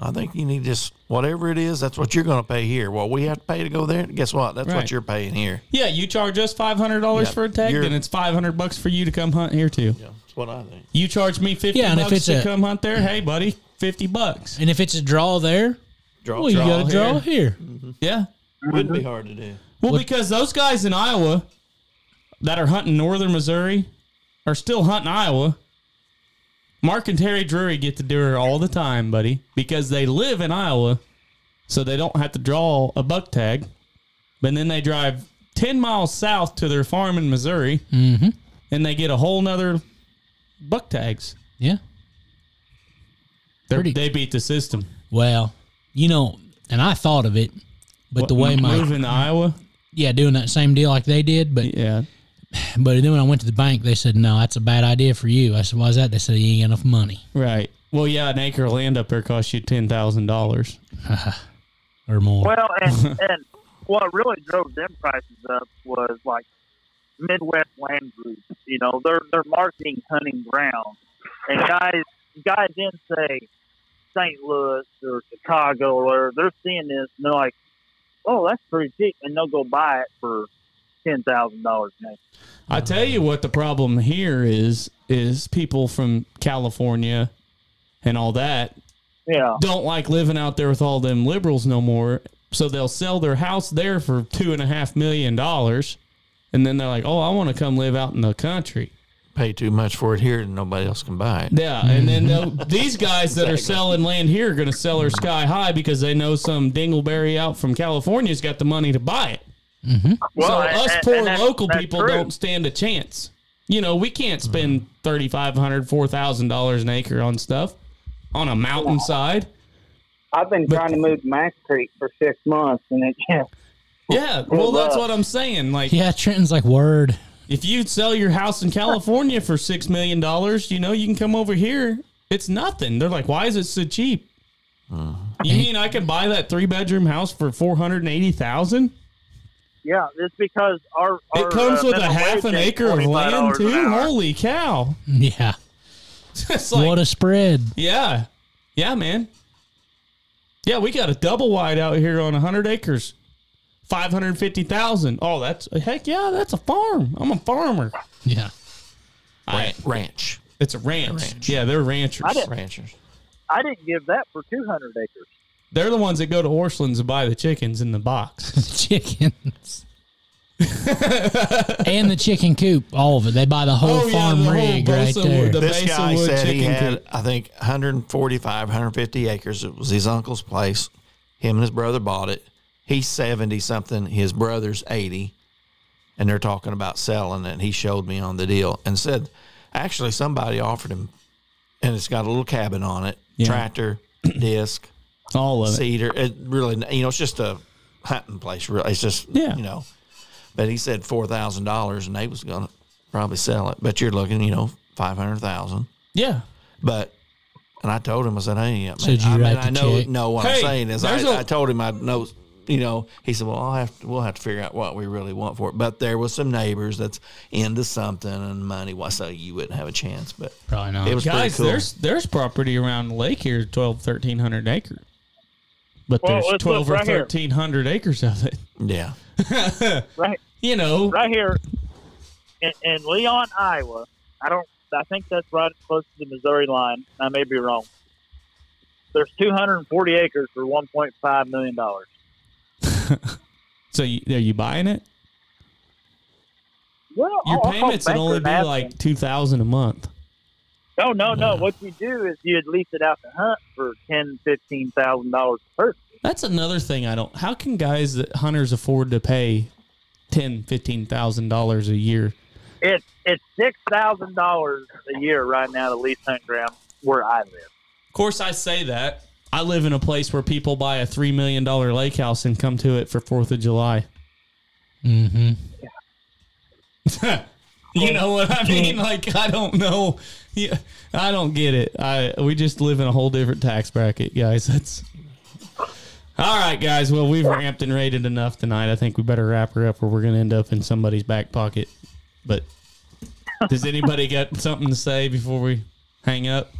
I think you need just whatever it is. That's what you're going to pay here. Well, we have to pay to go there. Guess what? That's Right. what you're paying here. Yeah, you charge us five hundred dollars Yeah, for a tag, you're- then it's five hundred bucks for you to come hunt here too. Yeah, that's what I think. You charge me fifty Yeah, and if bucks it's to a- come hunt there. Hey, buddy, fifty bucks. And if it's a draw there, Draw, well, you got to draw here. here. Yeah. would be hard to do. Well, because those guys in Iowa that are hunting northern Missouri are still hunting Iowa. Mark and Terry Drury get to do it all the time, buddy, because they live in Iowa, so they don't have to draw a buck tag. But then they drive ten miles south to their farm in Missouri, Mhm. and they get a whole nother buck tags. Yeah. They're, Pretty- they beat the system. Well, you know, and I thought of it, but the What, way my moving to Iowa, yeah doing that same deal like they did, but yeah, but then when I went to the bank, they said no, that's a bad idea for you. I said, why is that? They said you ain't got enough money right. Well, yeah, an acre of land up there costs you ten thousand dollars. or more. Well, *laughs* and and what really drove them prices up was like Midwest land groups. You know, they're they're marketing hunting ground, and guys guys in say St. Louis or Chicago or they're seeing this and they're like, oh, that's pretty cheap, and they'll go buy it for ten thousand dollars an acre. I tell you what the problem here is is people from California and all that Yeah, don't like living out there with all them liberals no more. So they'll sell their house there for two and a half million dollars, and then they're like, "Oh, I want to come live out in the country." Pay too much for it here, and nobody else can buy it. Yeah, and then they'll- these guys that are selling land here are going to sell her sky high because they know some dingleberry out from California's got the money to buy it. hmm Well, so I- us and- poor and that's- local that's people true. don't stand a chance. You know, we can't spend thirty five hundred, four thousand dollars an acre on stuff on a mountainside. I've been But- trying to move to Max Creek for six months, and it just Yeah, well, that's what I'm saying. Like, Yeah, Trenton's like word. *laughs* if you sell your house in California for six million dollars, you know you can come over here. It's nothing. They're like, why is it so cheap? You mean I could buy that three bedroom house for four hundred and eighty thousand? Yeah, it's because our, It our, comes uh, with a minimum half wage an ain't acre of $25 land an too. hour. Holy cow! *laughs* Yeah, It's like, what a spread. yeah, yeah, man. Yeah, we got a double wide out here on hundred acres, five hundred fifty thousand. Oh, that's heck yeah, that's a farm. I'm a farmer. Yeah, *laughs* I- ranch. it's a ranch. ranch. Yeah, they're ranchers. I didn't- Ranchers. I didn't give that for two hundred acres. They're the ones that go to Orchlands and buy the chickens in the *laughs* box. *laughs* chickens. and the chicken coop, all of it. They buy the whole Oh, yeah, farm the whole rig right Bosa there. wood, the- This Mason guy Wood said he chicken had, coop. I think, 145, 150 acres. It was his uncle's place. Him and his brother bought it. He's 70 something. His brother's 80. And they're talking about selling it. He showed me on the deal and said, actually, somebody offered him, and it's got a little cabin on it, Yeah. *clears throat* tractor, disc, All of it. cedar. It really, you know, it's just a hunting place. Really, it's just, Yeah. you know. But he said four thousand dollars, and they was gonna probably sell it. But you're looking, you know, five hundred thousand. Yeah. But and I told him, I said, hey, man, So did you I, write the I know, check? know what Hey, I'm saying is, I there's a- I told him I know, you know. He said, well, I'll have to, we'll have to figure out what we really want for it. But there was some neighbors that's into something and money. Well, so you wouldn't have a chance, but Probably not. it was pretty Guys, cool. there's there's property around the lake here, 12, 1300 acre. But Well, there's let's look 12 or right here. 1300 acres of it. *laughs* yeah, Right, You know, right here in, in Leon, Iowa. I don't. I think that's right close to the Missouri line. I may be wrong. There's 240 acres for 1.5 million dollars. so you, are you buying it? Well, Your I'll- I'll payments would bank only it be out. like 2000 a month. No, no, no. What you do is you lease it out to hunt for ten, fifteen thousand dollars per. person. That's another thing I don't. How can guys that hunters afford to pay 10, 15,000 dollars a year? It's it's six thousand dollars a year right now to lease hunt ground where I live. Of course, I say that. I live in a place where people buy a $3 million lake house and come to it for 4th of July. mm-hmm. *laughs* you know what I mean? Like I don't know. Yeah, I don't get it. I we just live in a whole different tax bracket, guys. That's all right, guys. Well, we've ramped and rated enough tonight. I think we better wrap her up, or we're gonna end up in somebody's back pocket. But does anybody got something to say before we hang up?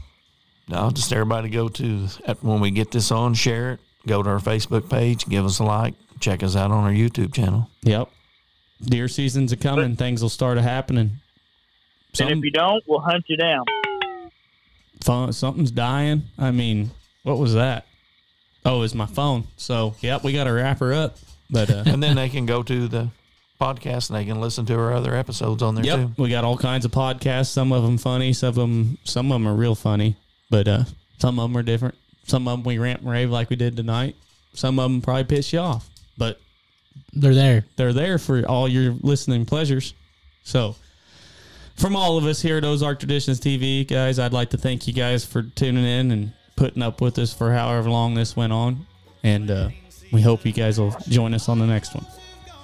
No, just everybody go to at- when we get this on, share it. Go to our Facebook page, give us a like, check us out on our YouTube channel. Yep. Deer season's a coming. Things will start a happening. And if you don't, we'll hunt you down. phone something's dying. I mean, what was that? Oh, it's my phone. So yep, we gotta wrap her up. But uh And then they can go to the podcast and they can listen to our other episodes on there Yep, too. we got all kinds of podcasts. Some of them funny, some of them some of them are real funny, but uh, some of them are different. Some of them we rant and rave like we did tonight. Some of them probably piss you off, but They're there. they're there for all your listening pleasures. So, from all of us here at Ozark Traditions TV, guys, I'd like to thank you guys for tuning in and putting up with us for however long this went on, and uh, we hope you guys will join us on the next one.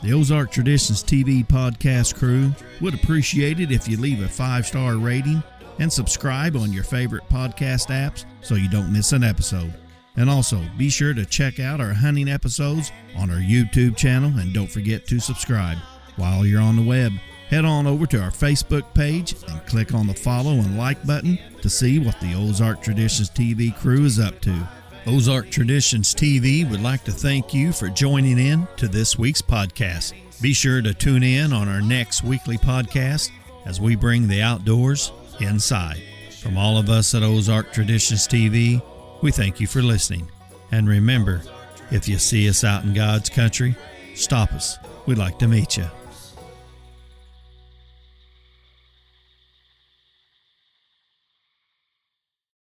The Ozark Traditions TV podcast crew would appreciate it if you leave a five star rating and subscribe on your favorite podcast apps so you don't miss an episode. And also, be sure to check out our hunting episodes on our YouTube channel and don't forget to subscribe. While you're on the web, head on over to our Facebook page and click on the follow and like button to see what the Ozark Traditions TV crew is up to. Ozark Traditions TV would like to thank you for joining in to this week's podcast. Be sure to tune in on our next weekly podcast as we bring the outdoors inside. From all of us at Ozark Traditions TV, we thank you for listening. And remember, if you see us out in God's country, stop us. We'd like to meet you.